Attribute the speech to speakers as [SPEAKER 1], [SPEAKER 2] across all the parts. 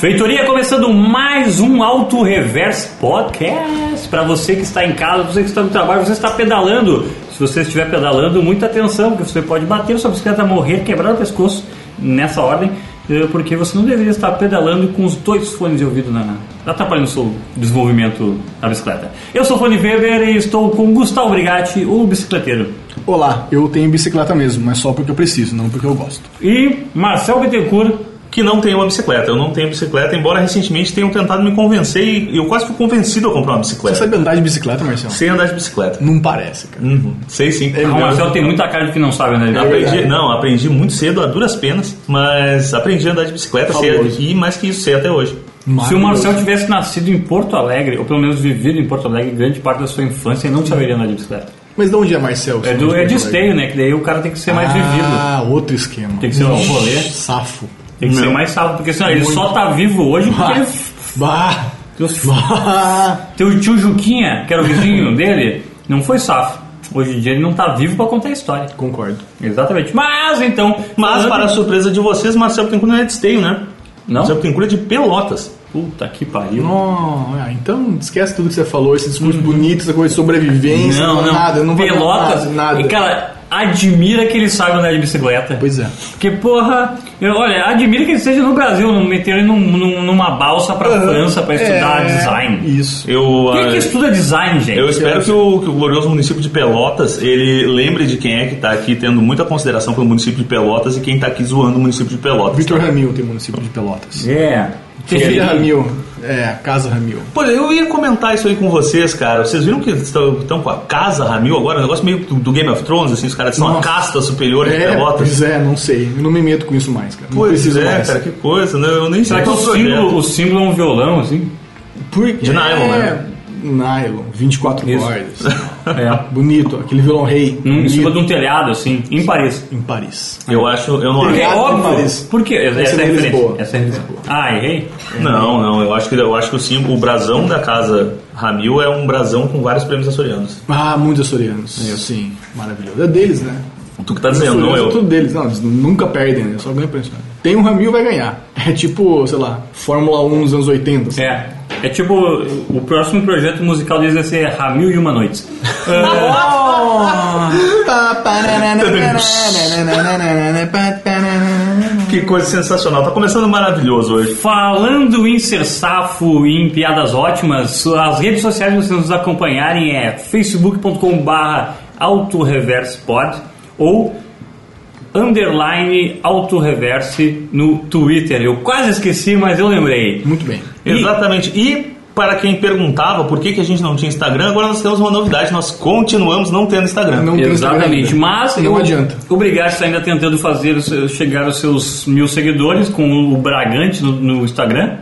[SPEAKER 1] Feitoria começando mais um Auto Reverse Podcast para você que está em casa, você que está no trabalho, você está pedalando. Se você estiver pedalando, muita atenção, porque você pode bater sua bicicleta, morrer, quebrar o pescoço nessa ordem, eh, porque você não deveria estar pedalando com os dois fones de ouvido na atrapalhando o seu desenvolvimento da bicicleta. Eu sou o Fone Weber e estou com Gustavo Brigatti, o bicicleteiro,
[SPEAKER 2] Olá, eu tenho bicicleta mesmo, mas só porque eu preciso, não porque eu gosto.
[SPEAKER 1] e Marcel Bittencourt.
[SPEAKER 3] que não tem uma bicicleta. Eu não tenho bicicleta, embora recentemente tenham tentado me convencer e eu quase fui convencido a comprar uma
[SPEAKER 2] Você
[SPEAKER 3] bicicleta.
[SPEAKER 2] sabe andar de bicicleta, Marcelo?
[SPEAKER 3] Sem andar de bicicleta.
[SPEAKER 2] Não parece, cara.
[SPEAKER 3] Uhum, Sei sim.
[SPEAKER 1] Ah,
[SPEAKER 2] É
[SPEAKER 1] O
[SPEAKER 2] mesmo. É
[SPEAKER 1] Marcel tem muita cara de que não sabe, né?
[SPEAKER 3] Aprendi, não, aprendi muito cedo, a duras penas, mas aprendi a andar de bicicleta sei,
[SPEAKER 2] Fabuloso.
[SPEAKER 3] e mais que isso, sei até hoje.
[SPEAKER 1] Se o Marcel tivesse nascido em Porto Alegre, ou pelo menos vivido em Porto Alegre grande parte da sua infância, ele não saberia andar de bicicleta.
[SPEAKER 2] Mas de onde é Marcel?
[SPEAKER 1] É, do, é de esteio, né? Que daí o cara tem que ser mais vivido.
[SPEAKER 2] Ah, outro esquema.
[SPEAKER 1] Tem que ser um
[SPEAKER 2] Ixi,
[SPEAKER 1] rolê.
[SPEAKER 2] Safo.
[SPEAKER 1] Tem que ser mais salvo, porque senão ele só tá vivo hoje porque ele...
[SPEAKER 2] Bah!
[SPEAKER 1] Teu-
[SPEAKER 2] Bah!
[SPEAKER 1] Teu tio Juquinha, que era o vizinho dele, não foi safo. Hoje em dia ele não tá vivo pra contar a história.
[SPEAKER 2] Concordo.
[SPEAKER 1] Exatamente. Mas então...
[SPEAKER 3] Mas,
[SPEAKER 1] falando-
[SPEAKER 3] para a surpresa de vocês, Marcelo Pincura não é de esteio, né?
[SPEAKER 1] Não?
[SPEAKER 3] Marcelo Pincura é de Pelotas.
[SPEAKER 1] Puta que pariu.
[SPEAKER 2] Não, ah, então esquece tudo que você falou, esse discurso bonito, essa coisa de sobrevivência,
[SPEAKER 1] Uhum. Não, não.
[SPEAKER 2] nada, não vai
[SPEAKER 1] Pelotas.
[SPEAKER 2] nada, nada.
[SPEAKER 1] E, cara, admira que ele saiba andar de bicicleta.
[SPEAKER 2] Pois é.
[SPEAKER 1] Porque, porra, eu, olha, admiro que ele esteja no Brasil, não meter ele num, num- numa balsa pra França pra estudar
[SPEAKER 2] É,
[SPEAKER 1] design.
[SPEAKER 2] Isso.
[SPEAKER 3] Eu,
[SPEAKER 1] Quem é que
[SPEAKER 3] ah,
[SPEAKER 1] estuda design, gente?
[SPEAKER 2] é
[SPEAKER 3] Eu espero que o, que o glorioso município de Pelotas ele lembre de quem é que está aqui tendo muita consideração pelo município de Pelotas e quem está aqui zoando o município de Pelotas.
[SPEAKER 2] Vitor Ramil tem município de Pelotas.
[SPEAKER 1] É.
[SPEAKER 2] Filha
[SPEAKER 1] Tem-
[SPEAKER 2] Ramil. É, Casa Ramil.
[SPEAKER 3] Pô, eu ia comentar isso aí com vocês, cara. Vocês viram que estão estão com a casa Ramil agora? Um negócio meio do, do Game of Thrones, assim, os caras são a
[SPEAKER 2] Nossa.
[SPEAKER 3] casta superior de
[SPEAKER 2] É,
[SPEAKER 3] Pelotas.
[SPEAKER 2] pois é, não sei. Eu não me meto com isso mais, cara. Não
[SPEAKER 3] Pois
[SPEAKER 2] preciso
[SPEAKER 3] é,
[SPEAKER 2] mais.
[SPEAKER 3] cara, que coisa, né? Eu nem
[SPEAKER 1] Será
[SPEAKER 3] sei
[SPEAKER 1] que o
[SPEAKER 3] qual
[SPEAKER 1] símbolo, o
[SPEAKER 3] projeto.
[SPEAKER 1] símbolo é um violão, assim?
[SPEAKER 2] Por...
[SPEAKER 3] De nylon,
[SPEAKER 2] é...
[SPEAKER 3] né?
[SPEAKER 2] Nylon, 24
[SPEAKER 1] Isso.
[SPEAKER 2] cordas.
[SPEAKER 1] É.
[SPEAKER 2] Bonito, aquele violão rei.
[SPEAKER 1] Num, em
[SPEAKER 2] bonito,
[SPEAKER 1] cima de um telhado, assim, em Paris.
[SPEAKER 2] Em Paris.
[SPEAKER 3] Eu acho, eu não
[SPEAKER 2] Ele
[SPEAKER 3] acho.
[SPEAKER 1] É
[SPEAKER 2] Telhado em
[SPEAKER 1] óbvio.
[SPEAKER 2] Paris.
[SPEAKER 1] Por quê? Essa,
[SPEAKER 2] Esse
[SPEAKER 1] é a
[SPEAKER 2] é de
[SPEAKER 1] referência.
[SPEAKER 2] Lisboa.
[SPEAKER 1] Essa é a referência. Ah, errei?
[SPEAKER 3] Não, não, eu acho que eu acho que o símbolo, o brasão da casa Ramil é um brasão com vários prêmios açorianos.
[SPEAKER 2] Ah, muitos açorianos. Sim, maravilhoso. É deles, né?
[SPEAKER 3] Tu que tá
[SPEAKER 2] Os
[SPEAKER 3] dizendo, não
[SPEAKER 2] açorianos
[SPEAKER 3] eu.
[SPEAKER 2] é tudo deles. Não, eles nunca perdem, né? Só ganham pra isso. Tem um Ramil, vai ganhar. É tipo, sei lá, Fórmula 1 nos anos 80. assim.
[SPEAKER 1] É. É tipo, o próximo projeto musical deles vai ser Ramil e Uma Noite. Ah,
[SPEAKER 3] Que coisa sensacional. Tá começando maravilhoso hoje.
[SPEAKER 1] Falando em ser safo e em piadas ótimas, as redes sociais para vocês nos acompanharem é facebook.com.br autoreversepod ou underline autoreverse no Twitter. Eu quase esqueci, mas eu lembrei.
[SPEAKER 2] Muito bem.
[SPEAKER 1] E-
[SPEAKER 3] Exatamente. E para quem perguntava por que, que a gente não tinha Instagram, agora nós temos uma novidade. Nós continuamos não tendo Instagram.
[SPEAKER 2] Não tem Instagram
[SPEAKER 1] Exatamente,
[SPEAKER 2] ainda.
[SPEAKER 1] mas
[SPEAKER 2] Não adianta.
[SPEAKER 1] O Brigatti está ainda tentando fazer os seus- chegar aos seus mil seguidores com o Bragante no, no Instagram.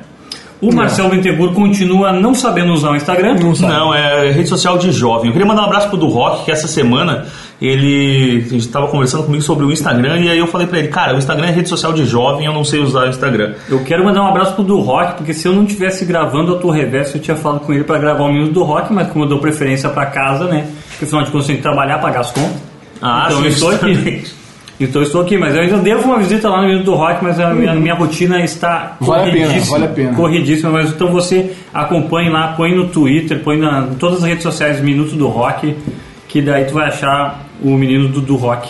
[SPEAKER 1] O Marcel Vintegur continua não sabendo usar o Instagram.
[SPEAKER 2] Não sabe.
[SPEAKER 3] Não, é rede social de jovem. Eu queria mandar um abraço pro do Rock, que essa semana ele estava conversando comigo sobre o Instagram e aí eu falei pra ele, cara, o Instagram é rede social de jovem, eu não sei usar o Instagram.
[SPEAKER 1] Eu quero mandar um abraço pro do Rock, porque se eu não tivesse gravando a Tour Reverso, eu tinha falado com ele pra gravar o minuto do Rock, mas como eu dou preferência pra casa, né? Porque afinal de contas eu tenho que trabalhar, pagar as contas.
[SPEAKER 3] Ah,
[SPEAKER 1] então
[SPEAKER 3] sim,
[SPEAKER 1] eu estou aqui.
[SPEAKER 3] exatamente.
[SPEAKER 1] Então eu estou aqui, mas eu ainda devo uma visita lá no minuto do Rock, mas a minha, a minha rotina está
[SPEAKER 2] Hum. Vale a pena,
[SPEAKER 1] corridíssima,
[SPEAKER 2] vale a pena.
[SPEAKER 1] corridíssima, mas então você acompanhe lá, põe no Twitter, põe na, em todas as redes sociais Minuto do Rock, que daí tu vai achar o menino do, do rock.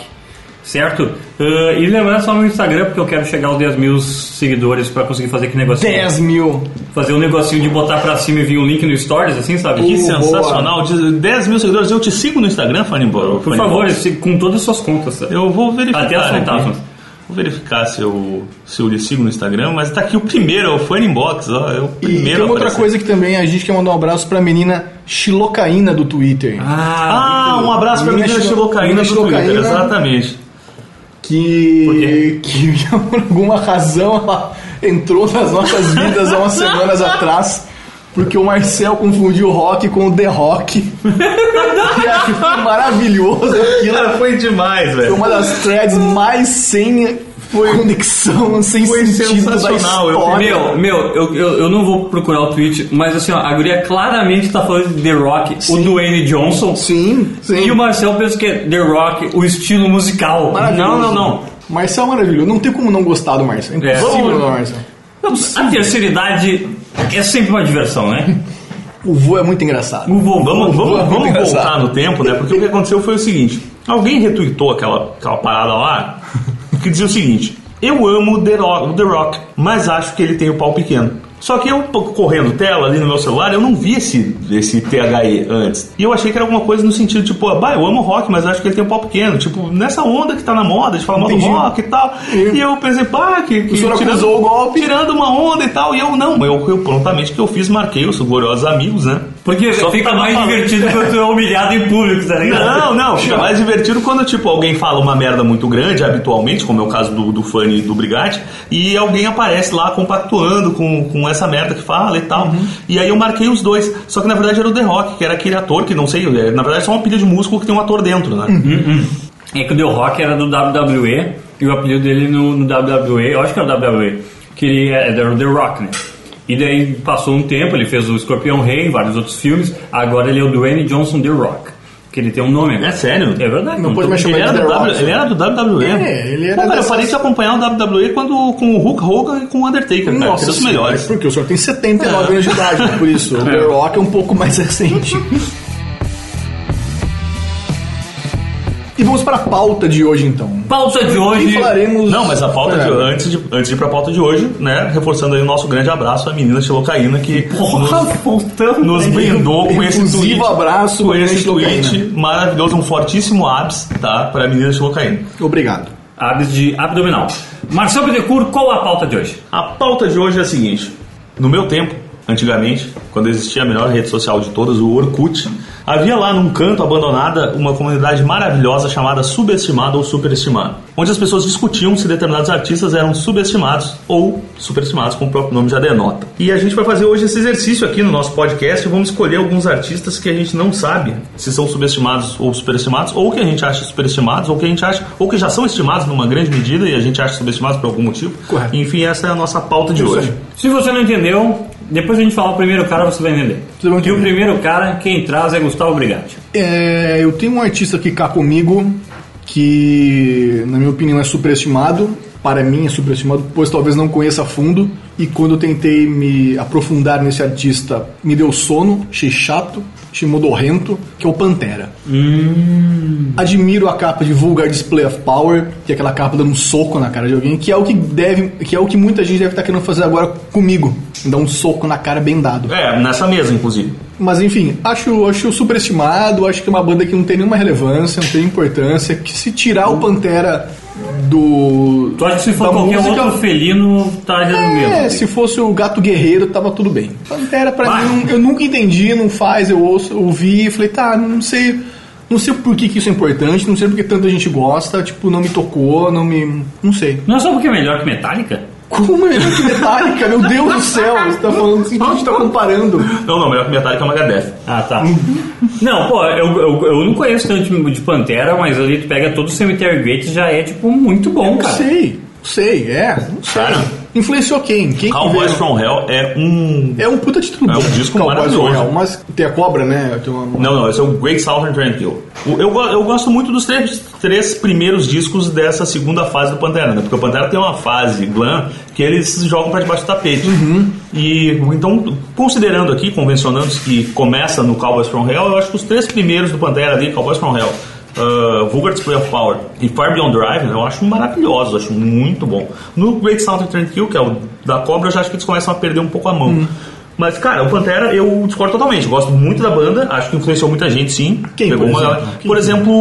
[SPEAKER 1] Certo? Ah, e lembrando só no Instagram, porque eu quero chegar aos 10 mil seguidores pra conseguir fazer aquele negocinho.
[SPEAKER 2] 10 mil.
[SPEAKER 1] Fazer um negocinho de botar pra cima e vir um link no Stories, assim, sabe?
[SPEAKER 3] Que
[SPEAKER 2] Uh,
[SPEAKER 3] sensacional. De 10 mil seguidores, eu te sigo no Instagram, Fanny Bo-
[SPEAKER 1] Por
[SPEAKER 3] Fanny
[SPEAKER 1] favor,
[SPEAKER 3] Bo-
[SPEAKER 1] se- com todas as suas contas. sabe?
[SPEAKER 3] Eu vou verificar.
[SPEAKER 1] Até as
[SPEAKER 3] aqui.
[SPEAKER 1] fantasmas.
[SPEAKER 3] Vou verificar se eu, se eu lhe sigo no Instagram, mas tá aqui o primeiro, é o Funny Box, ó. É o
[SPEAKER 2] E tem
[SPEAKER 3] primeiro a
[SPEAKER 2] uma outra
[SPEAKER 3] aparecer.
[SPEAKER 2] coisa que também a gente quer mandar um abraço pra menina Xilocaína do Twitter.
[SPEAKER 3] Ah, um abraço pra
[SPEAKER 2] Menina
[SPEAKER 3] menina
[SPEAKER 2] Chilo-
[SPEAKER 3] Chilocaína
[SPEAKER 2] menina
[SPEAKER 3] é do Twitter,
[SPEAKER 2] Chilocaína.
[SPEAKER 3] exatamente.
[SPEAKER 2] que, que por alguma razão ela entrou nas nossas vidas há umas semanas atrás, porque o Marcel confundiu o rock com o The Rock. e aí foi maravilhoso aquilo.
[SPEAKER 3] Cara, foi demais,
[SPEAKER 2] Ah, Foi
[SPEAKER 3] velho.
[SPEAKER 2] uma das threads mais sem conexão, sem
[SPEAKER 3] foi
[SPEAKER 2] sentido da
[SPEAKER 3] sensacional, eu-
[SPEAKER 2] história.
[SPEAKER 1] Meu, meu, eu, eu, eu não vou procurar o tweet, mas assim, ó, a guria claramente tá falando de The Rock, o Dwayne Johnson.
[SPEAKER 2] Sim, sim.
[SPEAKER 1] E o Marcel pensa que é The Rock, o estilo musical.
[SPEAKER 2] Maravilhoso.
[SPEAKER 1] Não, não, não.
[SPEAKER 2] Marcel é maravilhoso. Não tem como não gostar do Marcel. É
[SPEAKER 1] É.
[SPEAKER 2] impossível
[SPEAKER 1] Vamos-
[SPEAKER 2] não gostar do Marcel.
[SPEAKER 1] A terceira idade é sempre uma diversão, né?
[SPEAKER 2] O voo é muito engraçado.
[SPEAKER 1] O vovô.
[SPEAKER 3] Vamos, vamos,
[SPEAKER 2] Boa, muito
[SPEAKER 3] vamos voltar
[SPEAKER 2] engraçado.
[SPEAKER 3] no tempo, né? Porque o que aconteceu foi o seguinte: alguém retuitou aquela, aquela parada lá que dizia o seguinte: Eu amo o The Rock, o The Rock, mas acho que ele tem o pau pequeno. Só que eu pô, correndo tela ali no meu celular, eu não vi esse, esse THE antes. E eu achei que era alguma coisa no sentido, tipo, ah, bah, eu amo o rock, mas acho que ele tem um pau pequeno. Tipo, nessa onda que tá na moda, de falar mal do
[SPEAKER 2] Entendi.
[SPEAKER 3] rock e tal.
[SPEAKER 2] E-
[SPEAKER 3] E eu pensei, pá, que. que
[SPEAKER 2] O senhor acusou o golpe.
[SPEAKER 3] Tirando uma onda e tal. E eu, não, eu, eu prontamente que eu fiz, marquei os gloriosos amigos, né?
[SPEAKER 1] Porque
[SPEAKER 3] Só
[SPEAKER 1] fica
[SPEAKER 3] tava
[SPEAKER 1] mais
[SPEAKER 3] falando.
[SPEAKER 1] divertido quando tu é humilhado em público, tá ligado?
[SPEAKER 3] Não, não, fica É mais divertido quando, tipo, alguém fala uma merda muito grande, habitualmente, como é o caso do, do Fanny e do Brigatti, e alguém aparece lá compactuando com, com essa merda que fala e tal.
[SPEAKER 2] Uhum.
[SPEAKER 3] E aí eu marquei os dois. Só que na verdade era o The Rock, que era aquele ator que não sei, é, na verdade é só uma pilha de músculo que tem um ator dentro, né?
[SPEAKER 2] Uhum.
[SPEAKER 1] É que o The Rock era do WWE e o apelido dele no, no WWE, eu acho que era o WWE, que ele era era o The Rock, né? E daí passou um tempo, ele fez o Escorpião Rei, vários outros filmes, agora ele é o Dwayne Johnson The Rock, que ele tem um nome.
[SPEAKER 3] É sério?
[SPEAKER 1] É verdade.
[SPEAKER 2] Não
[SPEAKER 1] não
[SPEAKER 2] pode
[SPEAKER 1] tô-
[SPEAKER 2] mais chamar
[SPEAKER 3] Ele
[SPEAKER 2] de
[SPEAKER 3] era,
[SPEAKER 2] The
[SPEAKER 3] do
[SPEAKER 2] Rock.
[SPEAKER 3] W- ele era do WWE.
[SPEAKER 2] É, ele era
[SPEAKER 3] Pô, cara, eu
[SPEAKER 2] dessas-
[SPEAKER 3] parei de acompanhar o WWE quando, com o Hulk Hogan e com o Undertaker, cara. que
[SPEAKER 2] Nossa,
[SPEAKER 3] são os
[SPEAKER 2] senhora,
[SPEAKER 3] é um melhores.
[SPEAKER 2] É,
[SPEAKER 3] É.
[SPEAKER 2] Porque o senhor tem 79 anos de idade, né, por isso. O The Rock é um pouco mais recente. e vamos para a pauta de hoje, então.
[SPEAKER 1] Pauta de
[SPEAKER 2] E
[SPEAKER 1] hoje.
[SPEAKER 2] falaremos...
[SPEAKER 3] Não, mas a pauta de,
[SPEAKER 2] É.
[SPEAKER 3] antes, de, antes de ir pra pauta de hoje, né? Reforçando aí o nosso grande abraço à menina Xilocaína que
[SPEAKER 1] Porra, voltamos.
[SPEAKER 3] nos, nos brindou com esse
[SPEAKER 2] Inclusivo
[SPEAKER 3] tweet.
[SPEAKER 2] né? um abraço
[SPEAKER 3] com
[SPEAKER 2] pra né?
[SPEAKER 3] esse
[SPEAKER 2] menina
[SPEAKER 3] tweet
[SPEAKER 2] Xilocaína.
[SPEAKER 3] maravilhoso, um fortíssimo abs, tá? Pra menina Xilocaína.
[SPEAKER 2] Obrigado.
[SPEAKER 1] Abs de abdominal. Marcel Bittencourt, qual a pauta de hoje?
[SPEAKER 3] A pauta de hoje é a seguinte: no meu tempo, antigamente, quando existia a melhor rede social de todas, o Orkut, havia lá num canto abandonada uma comunidade maravilhosa chamada Subestimado ou Superestimado, onde as pessoas discutiam se determinados artistas eram subestimados ou superestimados, como o próprio nome já denota. E a gente vai fazer hoje esse exercício aqui no nosso podcast e vamos escolher alguns artistas que a gente não sabe se são subestimados ou superestimados, ou que a gente acha superestimados, ou que a gente acha, ou que já são estimados numa grande medida e a gente acha subestimados por algum motivo.
[SPEAKER 2] Correto.
[SPEAKER 3] Enfim, essa é a nossa pauta de hoje.
[SPEAKER 1] Se você não entendeu, depois a gente falar o primeiro cara, você vai entender.
[SPEAKER 2] Vocês vão
[SPEAKER 1] E o
[SPEAKER 2] entender.
[SPEAKER 1] primeiro cara, quem traz é Gustavo Brigatti.
[SPEAKER 2] É, eu tenho um artista que cá comigo que, na minha opinião, é superestimado. Para mim é superestimado, pois talvez não conheça a fundo. E quando eu tentei me aprofundar nesse artista, me deu sono, achei chato, achei modorrento, que é o Pantera. Admiro a capa de Vulgar Display of Power, que é aquela capa dando um soco na cara de alguém, que é o que deve, que é o que muita gente deve estar querendo fazer agora comigo. Dar um soco na cara bem dado.
[SPEAKER 3] É, nessa mesa, inclusive.
[SPEAKER 2] Mas enfim, acho, acho superestimado, acho que é uma banda que não tem nenhuma relevância, não tem importância, que se tirar o Pantera do.
[SPEAKER 1] Tu acha que se for
[SPEAKER 2] da
[SPEAKER 1] qualquer
[SPEAKER 2] Então música,
[SPEAKER 1] outro felino, tá resolvido?
[SPEAKER 2] É, se fosse o Gato Guerreiro, tava tudo bem. Pantera, pra
[SPEAKER 1] Bah.
[SPEAKER 2] mim, não- eu nunca entendi, não faz, eu ouço, ouvi e falei, tá, não sei. Não sei por que, que isso é importante, não sei porque tanta gente gosta, tipo, não me tocou, não me. não sei.
[SPEAKER 1] Não é só porque é melhor que Metallica?
[SPEAKER 2] Como é que Metallica? Meu Deus do céu, você tá falando assim, a gente tá comparando.
[SPEAKER 3] Não, não, melhor que Metallica é Megadeth.
[SPEAKER 1] Ah, tá.
[SPEAKER 2] Uhum.
[SPEAKER 1] não, pô, eu, eu, eu não conheço tanto de Pantera, mas ali tu pega todo o Cemetery Gate já é, tipo, muito bom,
[SPEAKER 2] Não
[SPEAKER 1] cara.
[SPEAKER 2] sei, não sei, é, não sei.
[SPEAKER 3] Cara.
[SPEAKER 2] Influenciou quem? Quem que
[SPEAKER 3] Cowboys
[SPEAKER 2] veio?
[SPEAKER 3] from Hell é um...
[SPEAKER 2] É um puta título
[SPEAKER 3] É um
[SPEAKER 2] bom,
[SPEAKER 3] disco
[SPEAKER 2] Cowboys
[SPEAKER 3] maravilhoso.
[SPEAKER 2] Royal, mas tem a cobra, né? Tem uma-
[SPEAKER 3] Não, não, esse é o Great Southern Tranquil. O- Eu, go- eu gosto muito dos três, três primeiros discos dessa segunda fase do Pantera, né? Porque o Pantera tem uma fase glam que eles jogam pra debaixo do tapete. E então, considerando aqui, convencionando que começa no Cowboys from Hell, eu acho que os três primeiros do Pantera ali, Cowboys from Hell, uh, Vulgar Display of Power e Far Beyond Drive, né, eu acho maravilhoso, eu acho muito bom. No Great Southern Tranquil, que é o da Cobra, eu já acho que eles começam a perder um pouco a mão. Mas, cara, o Pantera eu discordo totalmente. Gosto muito da banda, acho que influenciou muita gente, sim.
[SPEAKER 2] Quem, por
[SPEAKER 3] uma-
[SPEAKER 2] exemplo?
[SPEAKER 3] por exemplo,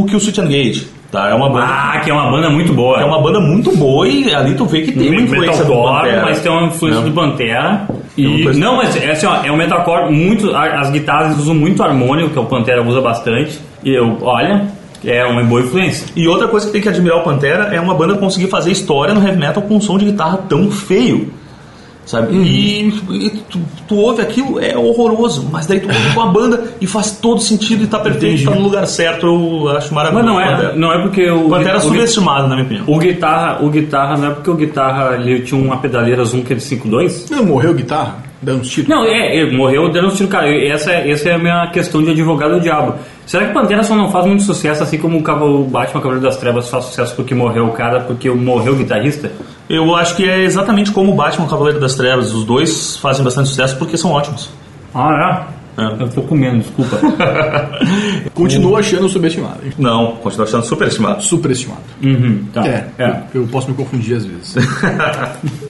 [SPEAKER 3] o Kill Switch Engage. Tá? É uma banda.
[SPEAKER 1] Ah, que é uma banda muito boa.
[SPEAKER 3] É uma banda muito boa e ali tu vê que tem uma influência do
[SPEAKER 1] metalcore,
[SPEAKER 3] Pantera.
[SPEAKER 1] mas tem uma influência
[SPEAKER 3] Não.
[SPEAKER 1] do Pantera.
[SPEAKER 3] Tem uma
[SPEAKER 1] E,
[SPEAKER 3] coisa-
[SPEAKER 1] não, mas é assim, ó, é um metalcore muito. a- As guitarras usam muito harmônico, que o Pantera usa bastante. E eu, olha, é uma boa influência.
[SPEAKER 3] E outra coisa que tem que admirar o Pantera é uma banda conseguir fazer história no heavy metal com um som de guitarra tão feio. Sabe?
[SPEAKER 1] Hum.
[SPEAKER 3] E, e tu, tu ouve aquilo, é horroroso, mas daí tu ouve com a banda e faz todo sentido e tá perfeito,
[SPEAKER 1] Entendi.
[SPEAKER 3] tá no lugar certo, eu acho
[SPEAKER 1] Mas
[SPEAKER 3] maravilhoso.
[SPEAKER 1] não
[SPEAKER 3] o
[SPEAKER 1] é,
[SPEAKER 3] Pantera.
[SPEAKER 1] não é porque o.
[SPEAKER 3] O Pantera é
[SPEAKER 1] o-
[SPEAKER 3] subestimado, na minha opinião.
[SPEAKER 1] O guitarra, o guitarra, não é porque o guitarra ele tinha uma pedaleira Zoom que é de 5.2?
[SPEAKER 2] Não, morreu guitarra? Dando uns títulos.
[SPEAKER 1] Não, é, ele morreu dando um tiro, cara. e Essa, é- essa é a minha questão de advogado do diabo. Será que Pantera só não faz muito sucesso assim como o Cava- o Batman Cavaleiro das Trevas faz sucesso porque morreu o cara, porque morreu o guitarrista?
[SPEAKER 3] Eu acho que é exatamente como o Batman e o Cavaleiro das Trevas. Os dois fazem bastante sucesso porque são ótimos.
[SPEAKER 1] Ah, é?
[SPEAKER 3] É.
[SPEAKER 1] Eu tô comendo, desculpa.
[SPEAKER 2] Continuo achando subestimado.
[SPEAKER 3] Não, continua achando super estimado.
[SPEAKER 2] Superestimado.
[SPEAKER 1] Uhum, tá.
[SPEAKER 2] É, Eu, eu posso me confundir às vezes.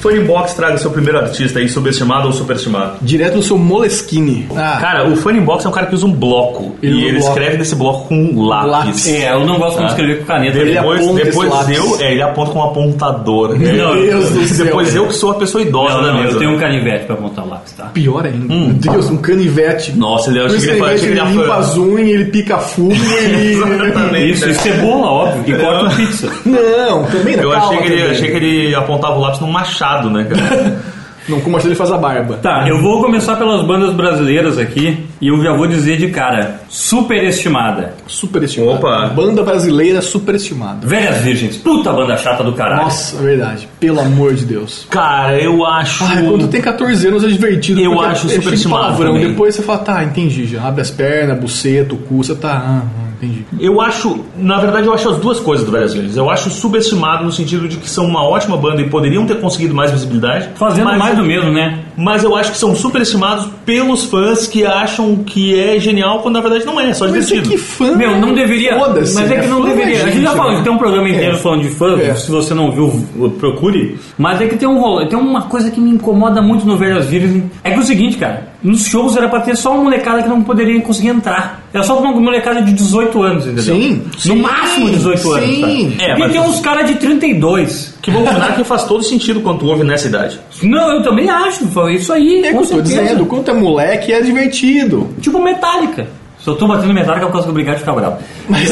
[SPEAKER 3] Tony Box traga seu primeiro artista aí, subestimado ou superestimado.
[SPEAKER 2] Direto do seu Moleskine. Ah,
[SPEAKER 3] Cara, o Funny Box é um cara que usa um bloco.
[SPEAKER 2] Ele
[SPEAKER 3] e
[SPEAKER 2] usa um
[SPEAKER 3] ele
[SPEAKER 2] bloco.
[SPEAKER 3] escreve nesse bloco com um lápis.
[SPEAKER 2] Lápis.
[SPEAKER 1] É, eu não gosto quando escrever com caneta. né?
[SPEAKER 2] Ele
[SPEAKER 3] Depois,
[SPEAKER 2] aponta esse
[SPEAKER 3] depois
[SPEAKER 2] lápis.
[SPEAKER 3] eu, é, ele aponta com um apontador. É,
[SPEAKER 1] Meu
[SPEAKER 2] Deus do céu.
[SPEAKER 3] depois eu que sou a pessoa idosa né,
[SPEAKER 1] Não,
[SPEAKER 3] da
[SPEAKER 1] não,
[SPEAKER 3] mesa.
[SPEAKER 1] eu tenho um canivete pra montar o lápis, tá?
[SPEAKER 2] pior ainda. Meu Deus, um canivete.
[SPEAKER 3] Hum. Nossa, ele é
[SPEAKER 2] Com
[SPEAKER 3] achei
[SPEAKER 2] esse
[SPEAKER 3] que ele,
[SPEAKER 2] canivete
[SPEAKER 3] achei que
[SPEAKER 2] ele
[SPEAKER 3] ele ia
[SPEAKER 2] limpa
[SPEAKER 3] falar-
[SPEAKER 2] as unhas, ele pica fumo, ele...
[SPEAKER 3] Exatamente.
[SPEAKER 1] Isso, isso é bola, óbvio, que corta pizza.
[SPEAKER 2] Não, também não.
[SPEAKER 3] Eu
[SPEAKER 2] calma
[SPEAKER 3] achei que, ele,
[SPEAKER 2] também.
[SPEAKER 3] achei que ele apontava o lápis num machado, né, cara?
[SPEAKER 2] Não, como achei ele faz a barba.
[SPEAKER 1] Tá, eu vou começar pelas bandas brasileiras aqui e eu já vou dizer de cara, superestimada.
[SPEAKER 2] Superestimado.
[SPEAKER 3] Opa.
[SPEAKER 2] Banda brasileira superestimada.
[SPEAKER 1] Velhas Virgens, puta banda chata do caralho.
[SPEAKER 2] Nossa, verdade. Pelo amor de Deus.
[SPEAKER 3] Cara, eu acho.
[SPEAKER 1] Ah,
[SPEAKER 2] Ai, quando tem 14 anos é divertido.
[SPEAKER 3] Eu
[SPEAKER 2] porque
[SPEAKER 3] acho
[SPEAKER 2] é cheio de
[SPEAKER 3] superestimado
[SPEAKER 2] palavrão.
[SPEAKER 3] também.
[SPEAKER 2] Depois você fala, tá, entendi já. Abre as pernas, buceta, o cu, você tá. Ah, ah, entendi.
[SPEAKER 3] Eu acho, na verdade, eu acho as duas coisas do Velhas Virgens. Eu acho subestimado no sentido de que são uma ótima banda e poderiam ter conseguido mais visibilidade.
[SPEAKER 1] Fazendo
[SPEAKER 3] mas-
[SPEAKER 1] mais do mesmo, né?
[SPEAKER 3] Mas eu acho que são superestimados pelos fãs que acham que é genial quando na verdade não é, é só
[SPEAKER 2] Mas é
[SPEAKER 3] divertido.
[SPEAKER 2] que fã.
[SPEAKER 1] Meu, não deveria.
[SPEAKER 2] Foda-se.
[SPEAKER 1] mas é
[SPEAKER 2] né?
[SPEAKER 1] que não
[SPEAKER 2] Fã
[SPEAKER 1] deveria. a gente já
[SPEAKER 2] né?
[SPEAKER 1] falou, tem um programa inteiro
[SPEAKER 2] É.
[SPEAKER 1] falando de fãs.
[SPEAKER 2] É.
[SPEAKER 1] Se você não viu, procure. Mas é que tem um rolê, tem uma coisa que me incomoda muito no Velhas Virgens. É que é o seguinte, cara, nos shows era pra ter só uma molecada que não poderia conseguir entrar. Era só uma molecada de 18 anos, entendeu?
[SPEAKER 2] Sim,
[SPEAKER 1] No
[SPEAKER 2] sim,
[SPEAKER 1] máximo 18 anos.
[SPEAKER 2] sim.
[SPEAKER 1] Tá?
[SPEAKER 3] É,
[SPEAKER 1] e
[SPEAKER 3] mas-
[SPEAKER 1] tem uns caras de 32.
[SPEAKER 3] Que vão combinar que faz todo sentido quando tu ouve nessa idade.
[SPEAKER 1] Não, eu também acho, foi isso aí.
[SPEAKER 2] É que
[SPEAKER 1] com
[SPEAKER 2] eu tô
[SPEAKER 1] certeza.
[SPEAKER 2] dizendo, quanto é moleque, é divertido.
[SPEAKER 1] Tipo Metallica. Só tô batendo Metallica por causa que o Brigado fica bravo. Mas,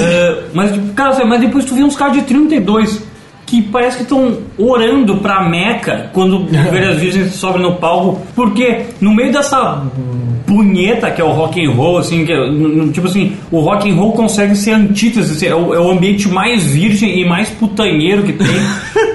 [SPEAKER 1] mas, tipo, cara, sério, mas depois tu vê uns caras de 32 que parece que estão orando pra Meca quando o Velhas Virgens sobe no palco, porque no meio dessa punheta que é o rock and roll, assim, que é, n- n- tipo assim, o rock and roll consegue ser antítese, assim, é, o, é o ambiente mais virgem e mais putanheiro que tem.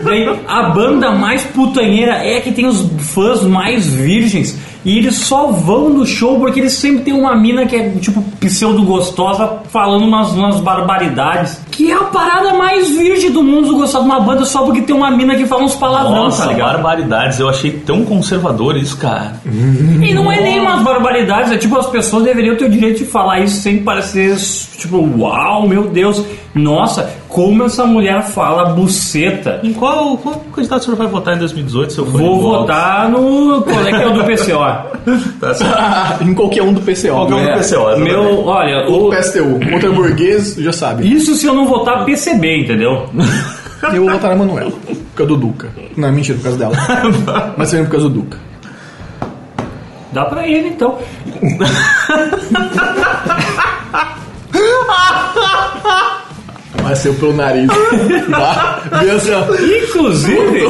[SPEAKER 1] Daí a banda mais putanheira é que tem os fãs mais virgens e eles só vão no show porque eles sempre tem uma mina que é tipo pseudo gostosa falando umas, umas barbaridades. Que é a parada mais virgem do mundo gostar de uma banda só porque tem uma mina que fala uns palavrão,
[SPEAKER 3] Nossa,
[SPEAKER 1] tá ligado?
[SPEAKER 3] barbaridades, eu achei tão conservador isso, cara.
[SPEAKER 1] E não é nem umas barbaridades, é tipo, as pessoas deveriam ter o direito de falar isso sem parecer, tipo, uau, meu Deus, nossa, como essa mulher fala buceta.
[SPEAKER 3] Em qual, qual candidato o senhor vai votar em 2018, seu
[SPEAKER 1] Vou votar no. Qual é que é o do PCO?
[SPEAKER 3] Tá certo.
[SPEAKER 2] em qualquer um do PCO.
[SPEAKER 3] Qualquer um do
[SPEAKER 2] né?
[SPEAKER 3] PCO. exatamente.
[SPEAKER 1] Meu, olha, o-
[SPEAKER 2] Ou PSTU. Contra burguês, já sabe.
[SPEAKER 1] isso se eu não votar PCB, entendeu?
[SPEAKER 2] Eu vou votar na Manuela. Por causa do Duca. Não, mentira, por causa dela. Mas também por causa do Duca.
[SPEAKER 1] Dá pra ele então.
[SPEAKER 2] Mas saiu pelo nariz. Tá? Vê assim, ó.
[SPEAKER 1] Inclusive,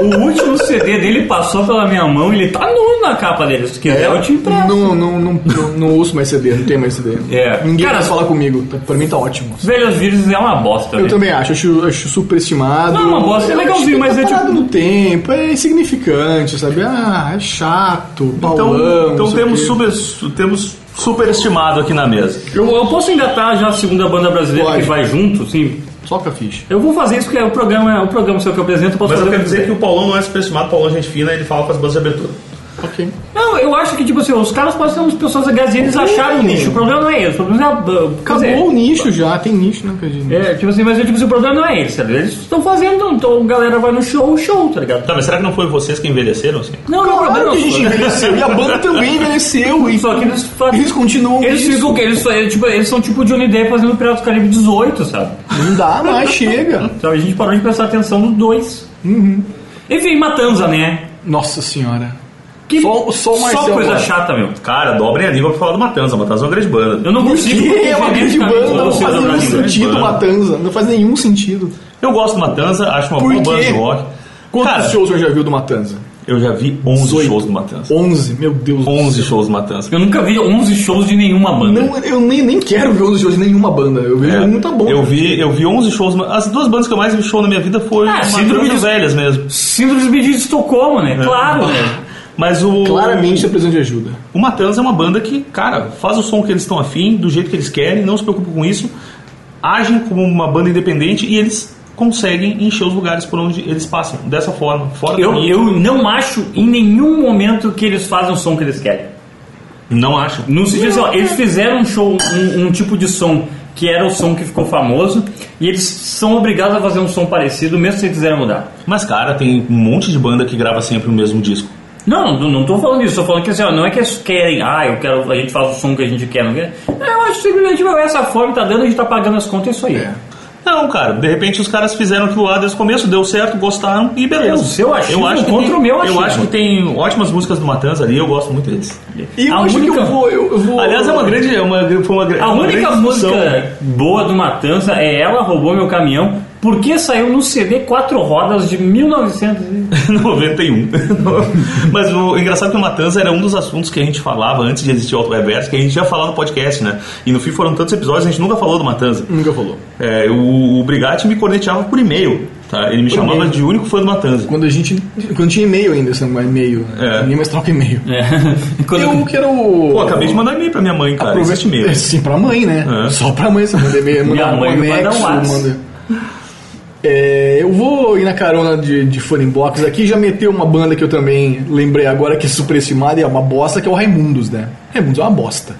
[SPEAKER 1] o último CD dele passou pela minha mão e ele tá nu na capa dele. Se quiser, É, eu te empresto.
[SPEAKER 2] É, Não, não, não, não, não ouço mais CD, não tem mais CD.
[SPEAKER 1] É.
[SPEAKER 2] Ninguém
[SPEAKER 1] Cara,
[SPEAKER 2] mais fala comigo. Tá- Pra mim tá ótimo.
[SPEAKER 1] Velhos Virgens é uma bosta.
[SPEAKER 2] Eu
[SPEAKER 1] né?
[SPEAKER 2] também acho, acho, acho superestimado.
[SPEAKER 1] Não, é uma bosta, é
[SPEAKER 2] Eu
[SPEAKER 1] legalzinho,
[SPEAKER 2] acho
[SPEAKER 1] mas
[SPEAKER 2] que tá
[SPEAKER 1] é tipo-
[SPEAKER 2] parado no tempo, é insignificante, sabe? Ah, é chato, paulão.
[SPEAKER 3] Então,
[SPEAKER 2] não
[SPEAKER 3] então
[SPEAKER 2] sei o
[SPEAKER 3] temos,
[SPEAKER 2] quê.
[SPEAKER 3] super, temos superestimado aqui na mesa.
[SPEAKER 1] Eu, eu posso engatar já a segunda banda brasileira
[SPEAKER 2] Pode.
[SPEAKER 1] que vai junto, sim.
[SPEAKER 2] Soca a ficha.
[SPEAKER 1] Eu vou fazer isso porque é o programa, é o programa seu que eu apresento, eu posso
[SPEAKER 3] Mas eu
[SPEAKER 1] fazer o
[SPEAKER 3] quero
[SPEAKER 1] que
[SPEAKER 3] dizer que
[SPEAKER 1] quiser.
[SPEAKER 3] o Paulão não é superestimado, o Paulão é gente fina, ele fala com as bandas de abertura.
[SPEAKER 2] Ok.
[SPEAKER 1] Não, eu acho que, tipo assim, os caras podem ser umas pessoas legais e eles acharam o nicho. O problema não é eles, o problema é a. Acabou
[SPEAKER 2] Acabou o nicho já, tem nicho, né, Cadinho?
[SPEAKER 1] É, tipo assim, mas eu digo assim, o problema não é eles, sabe? Eles estão fazendo, então a galera vai no show, show, tá ligado?
[SPEAKER 3] Tá, mas será que não foi vocês que envelheceram? Assim?
[SPEAKER 1] Não, não, é o problema
[SPEAKER 2] Claro
[SPEAKER 1] não
[SPEAKER 2] que a gente envelheceu, e a banda também envelheceu, e
[SPEAKER 1] Só que eles fazem.
[SPEAKER 2] eles continuam
[SPEAKER 1] Eles
[SPEAKER 2] nisso.
[SPEAKER 1] ficam o quê? Eles, só- eles, tipo, eles são tipo Johnny Depp fazendo Piratas do Caribe 18, sabe?
[SPEAKER 2] Não dá mais, chega.
[SPEAKER 1] Sabe, A gente parou de prestar atenção no 2.
[SPEAKER 2] Uhum.
[SPEAKER 1] Enfim, Matanza, né?
[SPEAKER 2] Nossa senhora.
[SPEAKER 1] Que
[SPEAKER 2] Só- só o Marcel
[SPEAKER 1] coisa
[SPEAKER 2] agora.
[SPEAKER 1] chata, meu.
[SPEAKER 3] Cara, dobrem a língua pra falar do Matanza. Matanza é uma grande banda.
[SPEAKER 1] Eu não consigo.
[SPEAKER 2] Que é uma
[SPEAKER 1] porque
[SPEAKER 2] grande banda,
[SPEAKER 1] genericamente
[SPEAKER 2] não
[SPEAKER 1] você
[SPEAKER 2] faz
[SPEAKER 1] não
[SPEAKER 2] nenhum
[SPEAKER 1] faz
[SPEAKER 3] grande
[SPEAKER 2] sentido,
[SPEAKER 3] banda.
[SPEAKER 2] Matanza. Não faz nenhum sentido.
[SPEAKER 3] Eu gosto do Matanza, acho uma
[SPEAKER 2] Por
[SPEAKER 3] boa banda
[SPEAKER 2] quê?
[SPEAKER 3] de rock.
[SPEAKER 2] Quantos
[SPEAKER 3] Cara,
[SPEAKER 2] shows você já viu do Matanza?
[SPEAKER 3] eu já vi 11
[SPEAKER 2] Dezoito.
[SPEAKER 3] shows do Matanza.
[SPEAKER 2] 11, meu Deus. do
[SPEAKER 3] 11
[SPEAKER 2] céu.
[SPEAKER 3] shows do Matanza.
[SPEAKER 1] Eu nunca vi 11 shows de nenhuma banda.
[SPEAKER 2] Não, eu nem, nem quero ver 11 shows de nenhuma banda. Eu vejo
[SPEAKER 3] É,
[SPEAKER 2] um, tá bom.
[SPEAKER 3] Eu vi, eu vi 11 shows. mas As duas bandas que eu mais vi show na minha vida foram
[SPEAKER 1] Ah,
[SPEAKER 3] Matanza
[SPEAKER 1] Síndrome
[SPEAKER 3] e
[SPEAKER 1] de-
[SPEAKER 3] velhas mesmo.
[SPEAKER 1] Síndrome de Estocolmo,
[SPEAKER 2] É.
[SPEAKER 1] né? Claro, né?
[SPEAKER 3] Mas o.
[SPEAKER 2] Claramente você precisa de ajuda.
[SPEAKER 3] O Matanza é uma banda que, cara, faz o som que eles estão afim, do jeito que eles querem, não se preocupa com isso, agem como uma banda independente e eles conseguem encher os lugares por onde eles passam. Dessa forma, fora
[SPEAKER 1] Eu,
[SPEAKER 3] da
[SPEAKER 1] eu não acho em nenhum momento que eles fazem o som que eles querem.
[SPEAKER 3] Não acho.
[SPEAKER 1] Não se diz assim, ó, eles fizeram um show, um, um tipo de som que era o som que ficou famoso, e eles são obrigados a fazer um som parecido, mesmo se eles quiserem mudar.
[SPEAKER 3] Mas, cara, tem um monte de banda que grava sempre o mesmo disco.
[SPEAKER 1] Não, não, não tô falando isso, tô falando que assim, ó, não é que eles querem, ah, eu quero, a gente faz o som que a gente quer, não quer. É, Eu acho simplesmente, meu, essa forma tá dando, a gente tá pagando as contas, é isso aí.
[SPEAKER 2] É.
[SPEAKER 3] Não, cara, de repente os caras fizeram aquilo lá desde o começo, deu certo, gostaram e beleza.
[SPEAKER 1] É, o seu achismo contra
[SPEAKER 3] tem,
[SPEAKER 1] o meu
[SPEAKER 3] Eu
[SPEAKER 1] achismo.
[SPEAKER 3] acho que tem ótimas músicas do Matanza ali, eu gosto muito deles.
[SPEAKER 2] E
[SPEAKER 1] A
[SPEAKER 2] hoje que
[SPEAKER 1] única-
[SPEAKER 2] eu vou, eu, eu vou.
[SPEAKER 3] Aliás, é uma grande. É uma, foi uma, gr-
[SPEAKER 1] A
[SPEAKER 3] uma
[SPEAKER 1] única
[SPEAKER 3] grande discussão, né?
[SPEAKER 1] música boa do Matanza é Ela Roubou Meu Caminhão, porque saiu no CD Quatro Rodas de 1900. e-
[SPEAKER 3] 91. Mas o engraçado é que o Matanza era um dos assuntos que a gente falava antes de existir o Auto Reverso, que a gente ia falar no podcast, né? E no fim foram tantos episódios, a gente nunca falou do Matanza.
[SPEAKER 2] Nunca falou.
[SPEAKER 3] É, o, o Brigatti me corneteava por e-mail, tá? Ele me
[SPEAKER 2] Por
[SPEAKER 3] chamava
[SPEAKER 2] e-mail.
[SPEAKER 3] de único fã do Matanza.
[SPEAKER 2] Quando a gente. Quando tinha e-mail ainda, você não é e-mail.
[SPEAKER 3] É.
[SPEAKER 2] né? Ninguém mais troca e-mail.
[SPEAKER 1] É. Quando-
[SPEAKER 2] Eu que era o.
[SPEAKER 3] Pô, acabei de mandar e-mail pra minha mãe, cara.
[SPEAKER 2] Aproveita-
[SPEAKER 3] Existe e-mail.
[SPEAKER 2] É, Sim, pra mãe, né?
[SPEAKER 3] É.
[SPEAKER 2] Só pra mãe você manda e-mail, manda
[SPEAKER 1] Minha
[SPEAKER 2] um
[SPEAKER 1] mãe me manda
[SPEAKER 2] anexo,
[SPEAKER 1] um WhatsApp.
[SPEAKER 2] manda- É, eu vou ir na carona de, de Funimbox aqui, já meteu uma banda que eu também lembrei agora que é superestimada e é uma bosta, que é o Raimundos, né? Raimundos é uma bosta.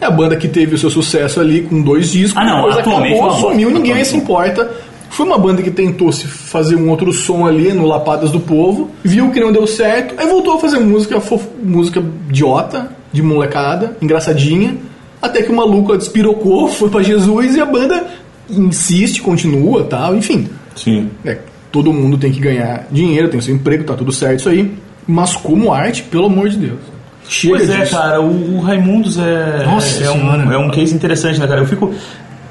[SPEAKER 2] É a banda que teve o seu sucesso ali com dois discos,
[SPEAKER 1] Ah, não,
[SPEAKER 2] depois
[SPEAKER 1] atualmente é
[SPEAKER 2] acabou,
[SPEAKER 1] uma bosta,
[SPEAKER 2] sumiu, ninguém
[SPEAKER 1] atualmente.
[SPEAKER 2] se importa. Foi uma banda que tentou se fazer um outro som ali no Lapadas do Povo, viu que não deu certo, aí voltou a fazer música fof- música idiota, de molecada, engraçadinha, até que o maluco lá despirocou, foi pra Jesus e a banda insiste, continua, tal, enfim.
[SPEAKER 3] Sim.
[SPEAKER 2] É, todo mundo tem que ganhar dinheiro, tem seu emprego, tá tudo certo isso aí, mas como arte, pelo amor de Deus. Chega
[SPEAKER 3] Pois é,
[SPEAKER 2] disso.
[SPEAKER 3] cara, o, o Raimundos é,
[SPEAKER 2] Nossa
[SPEAKER 3] é, um,
[SPEAKER 2] Senhora.
[SPEAKER 3] é um case interessante, né, cara? Eu fico.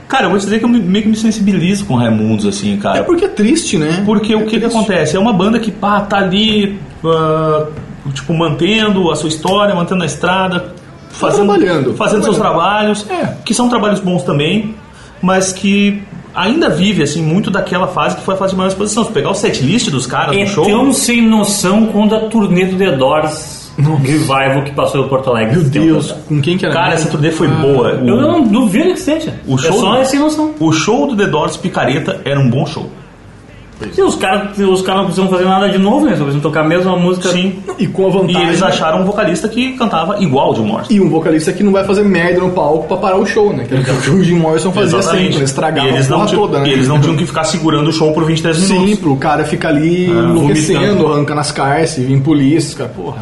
[SPEAKER 3] Cara, eu vou te dizer que eu me- meio que me sensibilizo com o Raimundos, assim, cara.
[SPEAKER 2] É porque é triste, né?
[SPEAKER 3] Porque
[SPEAKER 2] É
[SPEAKER 3] o que, que
[SPEAKER 2] triste.
[SPEAKER 3] acontece? É uma banda que pá, tá ali, ah, tipo, mantendo a sua história, mantendo a estrada, fazendo,
[SPEAKER 2] Tá trabalhando, tá
[SPEAKER 3] fazendo seus trabalhos,
[SPEAKER 2] É.
[SPEAKER 3] que são trabalhos bons também, mas que ainda vive, assim, muito daquela fase que foi a fase de maior exposição. Se pegar o setlist dos caras
[SPEAKER 1] É
[SPEAKER 3] do show...
[SPEAKER 1] tão sem noção quanto a turnê do The Doors Revival que passou em Porto Alegre.
[SPEAKER 2] Meu
[SPEAKER 1] esse tempo
[SPEAKER 2] Deus,
[SPEAKER 1] atrás.
[SPEAKER 2] com quem que era?
[SPEAKER 3] Então, Cara, essa turnê foi boa. O,
[SPEAKER 1] Ah, Eu não duvido que seja.
[SPEAKER 3] O show-
[SPEAKER 1] É só é sem noção.
[SPEAKER 3] o show do The Doors Picareta era um bom show.
[SPEAKER 1] E os caras os cara não precisam fazer nada de novo, né? Só precisam tocar a mesma
[SPEAKER 2] Tá.
[SPEAKER 1] música.
[SPEAKER 3] Sim.
[SPEAKER 2] E com a
[SPEAKER 3] E
[SPEAKER 2] vantagem.
[SPEAKER 3] eles acharam um vocalista que cantava igual o Jim Morrison.
[SPEAKER 2] E um vocalista que não vai fazer merda no palco pra parar o show, né? Que era o que o Jim Morrison fazia
[SPEAKER 3] Então, Exatamente.
[SPEAKER 2] sempre, né? estragava
[SPEAKER 3] E eles
[SPEAKER 2] a
[SPEAKER 3] não
[SPEAKER 2] porra
[SPEAKER 3] tinham-
[SPEAKER 2] toda, né?
[SPEAKER 3] E eles não tinham que ficar segurando o show por 23 minutos.
[SPEAKER 2] Sim, pro cara ficar ali enlouquecendo,
[SPEAKER 3] vomitando.
[SPEAKER 2] arrancando as cárceres, vir polícia, cara, porra,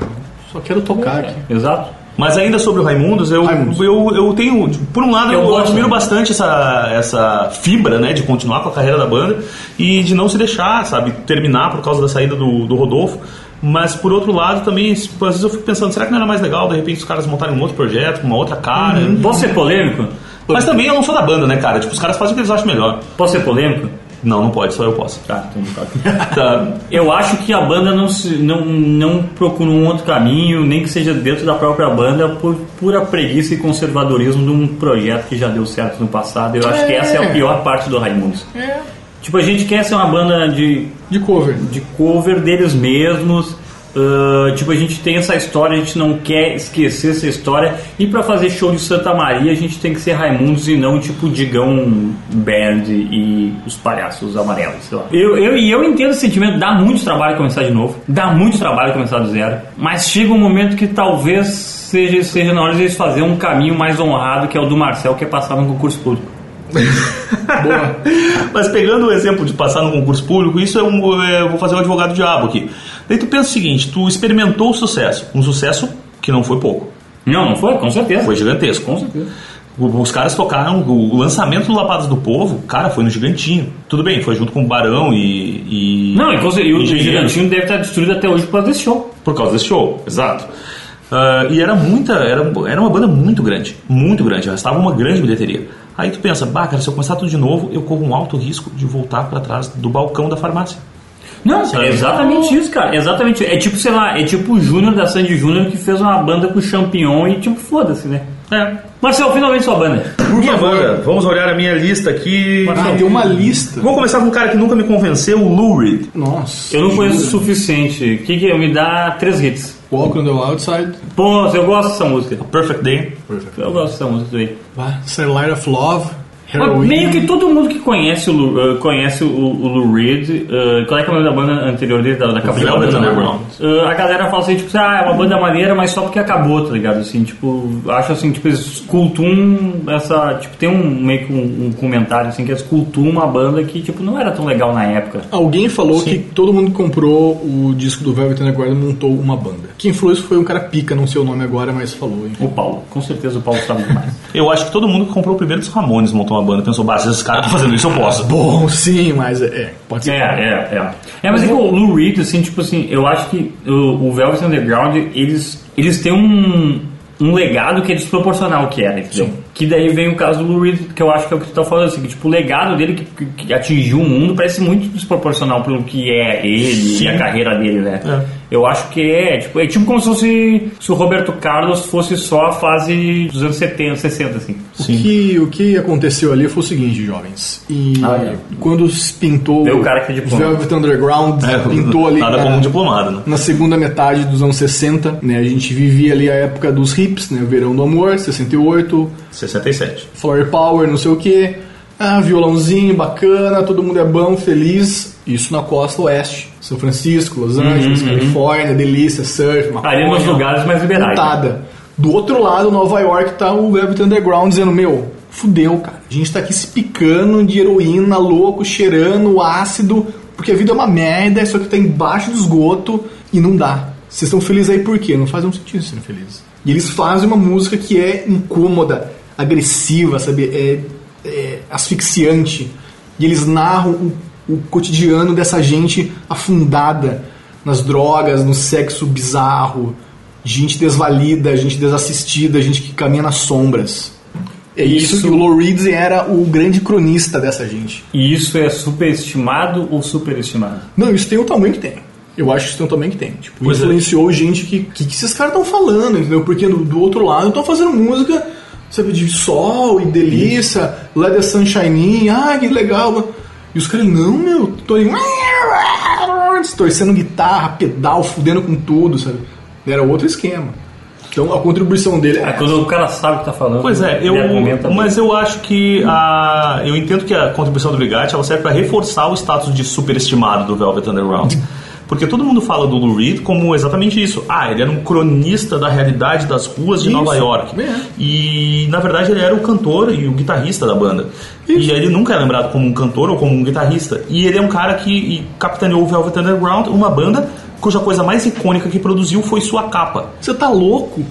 [SPEAKER 2] só quero tocar aqui.
[SPEAKER 1] Exato.
[SPEAKER 3] Mas ainda sobre o Raimundos, eu,
[SPEAKER 2] Raimundos.
[SPEAKER 3] eu, eu tenho. Por um lado, eu,
[SPEAKER 1] Eu gosto,
[SPEAKER 3] admiro
[SPEAKER 1] né?
[SPEAKER 3] bastante essa, essa fibra, né? De continuar com a carreira da banda e de não se deixar, sabe, terminar por causa da saída do, do Rodolfo. Mas por outro lado, também, tipo, às vezes eu fico pensando, será que não era mais legal, de repente, os caras montarem um outro projeto, com uma outra cara?
[SPEAKER 1] Posso ser polêmico?
[SPEAKER 3] Mas também eu não sou da banda, né, cara? Tipo, os caras fazem o que eles acham melhor.
[SPEAKER 1] Posso ser polêmico?
[SPEAKER 3] Não, não pode, só eu posso.
[SPEAKER 1] Tá, então tá.
[SPEAKER 3] Tá.
[SPEAKER 1] Eu acho que a banda não, se, não, não procura um outro caminho, nem que seja dentro da própria banda, por pura preguiça e conservadorismo de um projeto que já deu certo no passado. Eu acho que essa é a pior parte do Raimundos.
[SPEAKER 2] É.
[SPEAKER 1] Tipo, a gente quer ser uma banda de,
[SPEAKER 2] De cover.
[SPEAKER 1] de cover deles mesmos. ah, tipo, a gente tem essa história, a gente não quer esquecer essa história. E pra fazer show de Santa Maria, a gente tem que ser Raimundos e não tipo Digão Band e os palhaços amarelos, sei lá. Eu, eu, e eu entendo o sentimento, dá muito trabalho começar de novo, dá muito trabalho começar do zero. Mas chega um momento que talvez seja, seja na hora de eles fazerem um caminho mais honrado, que é o do Marcel, que é passar num concurso público.
[SPEAKER 2] Boa.
[SPEAKER 3] Mas pegando o exemplo de passar no concurso público, isso é um. é, eu vou fazer um advogado diabo aqui. Daí tu pensa o seguinte: tu experimentou o sucesso. Um sucesso que não foi pouco,
[SPEAKER 1] Não, não foi? Com certeza.
[SPEAKER 3] foi gigantesco.
[SPEAKER 1] Com certeza.
[SPEAKER 3] O- Os caras tocaram o lançamento do Lapadas do Povo, cara, foi no Gigantinho. Tudo bem, foi junto com o Barão e. e
[SPEAKER 1] Não, e, com cer- e o
[SPEAKER 3] Engenheiro.
[SPEAKER 1] Gigantinho deve estar destruído até hoje por causa desse show.
[SPEAKER 3] Por causa desse show, exato. Ah, e era muita, era, era uma banda muito grande, muito grande, restava uma grande bilheteria. Aí tu pensa, bah, cara, se eu começar tudo de novo, eu corro um alto risco de voltar pra trás do balcão da farmácia.
[SPEAKER 1] Não,
[SPEAKER 3] Sabe?
[SPEAKER 1] é exatamente isso, cara. Exatamente. É tipo, sei lá, é tipo o Júnior da Sandy Júnior que fez uma banda com o Champignon e tipo, foda-se, né?
[SPEAKER 3] É,
[SPEAKER 1] Marcel, finalmente sua banda.
[SPEAKER 2] Por
[SPEAKER 3] Minha
[SPEAKER 2] favor.
[SPEAKER 3] banda, vamos olhar a minha lista aqui.
[SPEAKER 2] Ah, tem uma lista.
[SPEAKER 3] Vou começar com um cara que nunca me convenceu, o Lou Reed.
[SPEAKER 2] Nossa.
[SPEAKER 1] Eu não conheço o suficiente. O que que é? Me dá três hits.
[SPEAKER 2] Walk on the Wild Side.
[SPEAKER 1] Pô, eu gosto dessa música.
[SPEAKER 3] Perfect Day.
[SPEAKER 1] Eu gosto dessa música também.
[SPEAKER 2] Vai. Satellite of Love.
[SPEAKER 1] Mas meio que todo mundo que conhece o Lou, eh, conhece o, o Lou Reed, eh, qual é que é o nome da banda anterior dele, da, da Capital
[SPEAKER 3] Velvet Underground.
[SPEAKER 1] a galera fala assim, tipo, assim, ah, é uma banda maneira, mas só porque acabou, tá ligado? Assim, tipo, acho assim, tipo, eles cultuam essa, tipo, tem um meio que um, um comentário assim que eles cultuam uma banda que, tipo, não era tão legal na época.
[SPEAKER 2] Alguém falou que todo mundo que comprou o disco do Velvet Underground montou uma banda. Quem falou isso foi um cara pica, não sei o nome agora, mas falou. Hein?
[SPEAKER 1] O Paulo, com certeza o Paulo sabe demais.
[SPEAKER 3] Eu acho que todo mundo que comprou o primeiro dos Ramones montou uma banda. Pensou, bah, se esses caras estão fazendo isso, eu posso.
[SPEAKER 2] Bom, sim, mas é, é, pode
[SPEAKER 1] É,
[SPEAKER 2] ser.
[SPEAKER 1] é, é. É, mas é que o Lou Reed, assim, tipo assim, eu acho que o, o Velvet Underground, eles, eles têm um, um legado que é desproporcional que era, entendeu? Que daí vem o caso do Lou Reed, que eu acho que é o que tu tá falando, assim, que tipo, o legado dele que, que- que atingiu o mundo parece muito desproporcional pelo que é ele e a carreira dele, né? Eu acho que é, tipo, é tipo como se fosse se o Roberto Carlos fosse só a fase dos anos 70, 60, assim.
[SPEAKER 2] O que, o que aconteceu ali foi o seguinte, jovens. E
[SPEAKER 1] Ah, é.
[SPEAKER 2] quando se pintou
[SPEAKER 1] Deu o cara que é diplomado.
[SPEAKER 2] Velvet Underground,
[SPEAKER 3] É,
[SPEAKER 2] pintou ali
[SPEAKER 3] Nada
[SPEAKER 2] cara,
[SPEAKER 3] como um diplomado, né?
[SPEAKER 2] na segunda metade dos anos 60, né? A gente vivia ali a época dos hips, né? Verão do Amor, 68,
[SPEAKER 3] 67.
[SPEAKER 2] Flower Power, não sei o que. Ah, violãozinho, bacana, todo mundo é bom, feliz. Isso na costa oeste. São Francisco, Los Angeles, Califórnia, delícia, surf,
[SPEAKER 1] Uhum, Ali nos lugares mais liberais. né?
[SPEAKER 2] Montada. Do outro lado, Nova York, tá o Velvet Underground dizendo, meu, fudeu, cara. A gente tá aqui se picando de heroína, louco, cheirando ácido, porque a vida é uma merda, isso aqui tá embaixo do esgoto e não dá. Vocês estão felizes aí por quê? Não faz um sentido serem felizes. E eles fazem uma música que é incômoda, agressiva, sabe? É, é asfixiante. E eles narram o, o cotidiano dessa gente afundada nas drogas, no sexo bizarro, gente desvalida, gente desassistida, gente que caminha nas sombras. É isso,
[SPEAKER 1] Isso.
[SPEAKER 2] que o Lou Reed era o grande cronista dessa gente.
[SPEAKER 1] E isso é superestimado ou superestimado?
[SPEAKER 2] Não, isso tem o tamanho que tem. Eu acho que isso tem o tamanho que tem. Tipo,
[SPEAKER 3] Pois é.
[SPEAKER 2] influenciou gente que. O que, que esses caras estão falando, entendeu? Porque do, do outro lado estão fazendo música, sabe, de sol e delícia, Let the Sunshine in, ah, que legal. E os caras, não, meu, tô aí. Torcendo guitarra, pedal, fudendo com tudo, sabe? Era outro esquema. Então a contribuição dele é.
[SPEAKER 1] É quando o cara sabe o que tá falando.
[SPEAKER 3] Pois é,
[SPEAKER 1] ele
[SPEAKER 3] eu,
[SPEAKER 1] argumenta bem.
[SPEAKER 3] mas eu acho que a, eu entendo que a contribuição do Brigatti ela serve para reforçar o status de superestimado do Velvet Underground. Porque todo mundo fala do Lou Reed como exatamente isso. Ah, ele era um cronista da realidade das ruas de
[SPEAKER 2] Isso.
[SPEAKER 3] Nova York.
[SPEAKER 2] É.
[SPEAKER 3] E, na verdade, ele era o cantor e o guitarrista da banda. E ele nunca é lembrado como um cantor ou como um guitarrista. E ele é um cara que e capitaneou o Velvet Underground, uma banda cuja coisa mais icônica que produziu foi sua capa.
[SPEAKER 2] Você tá louco?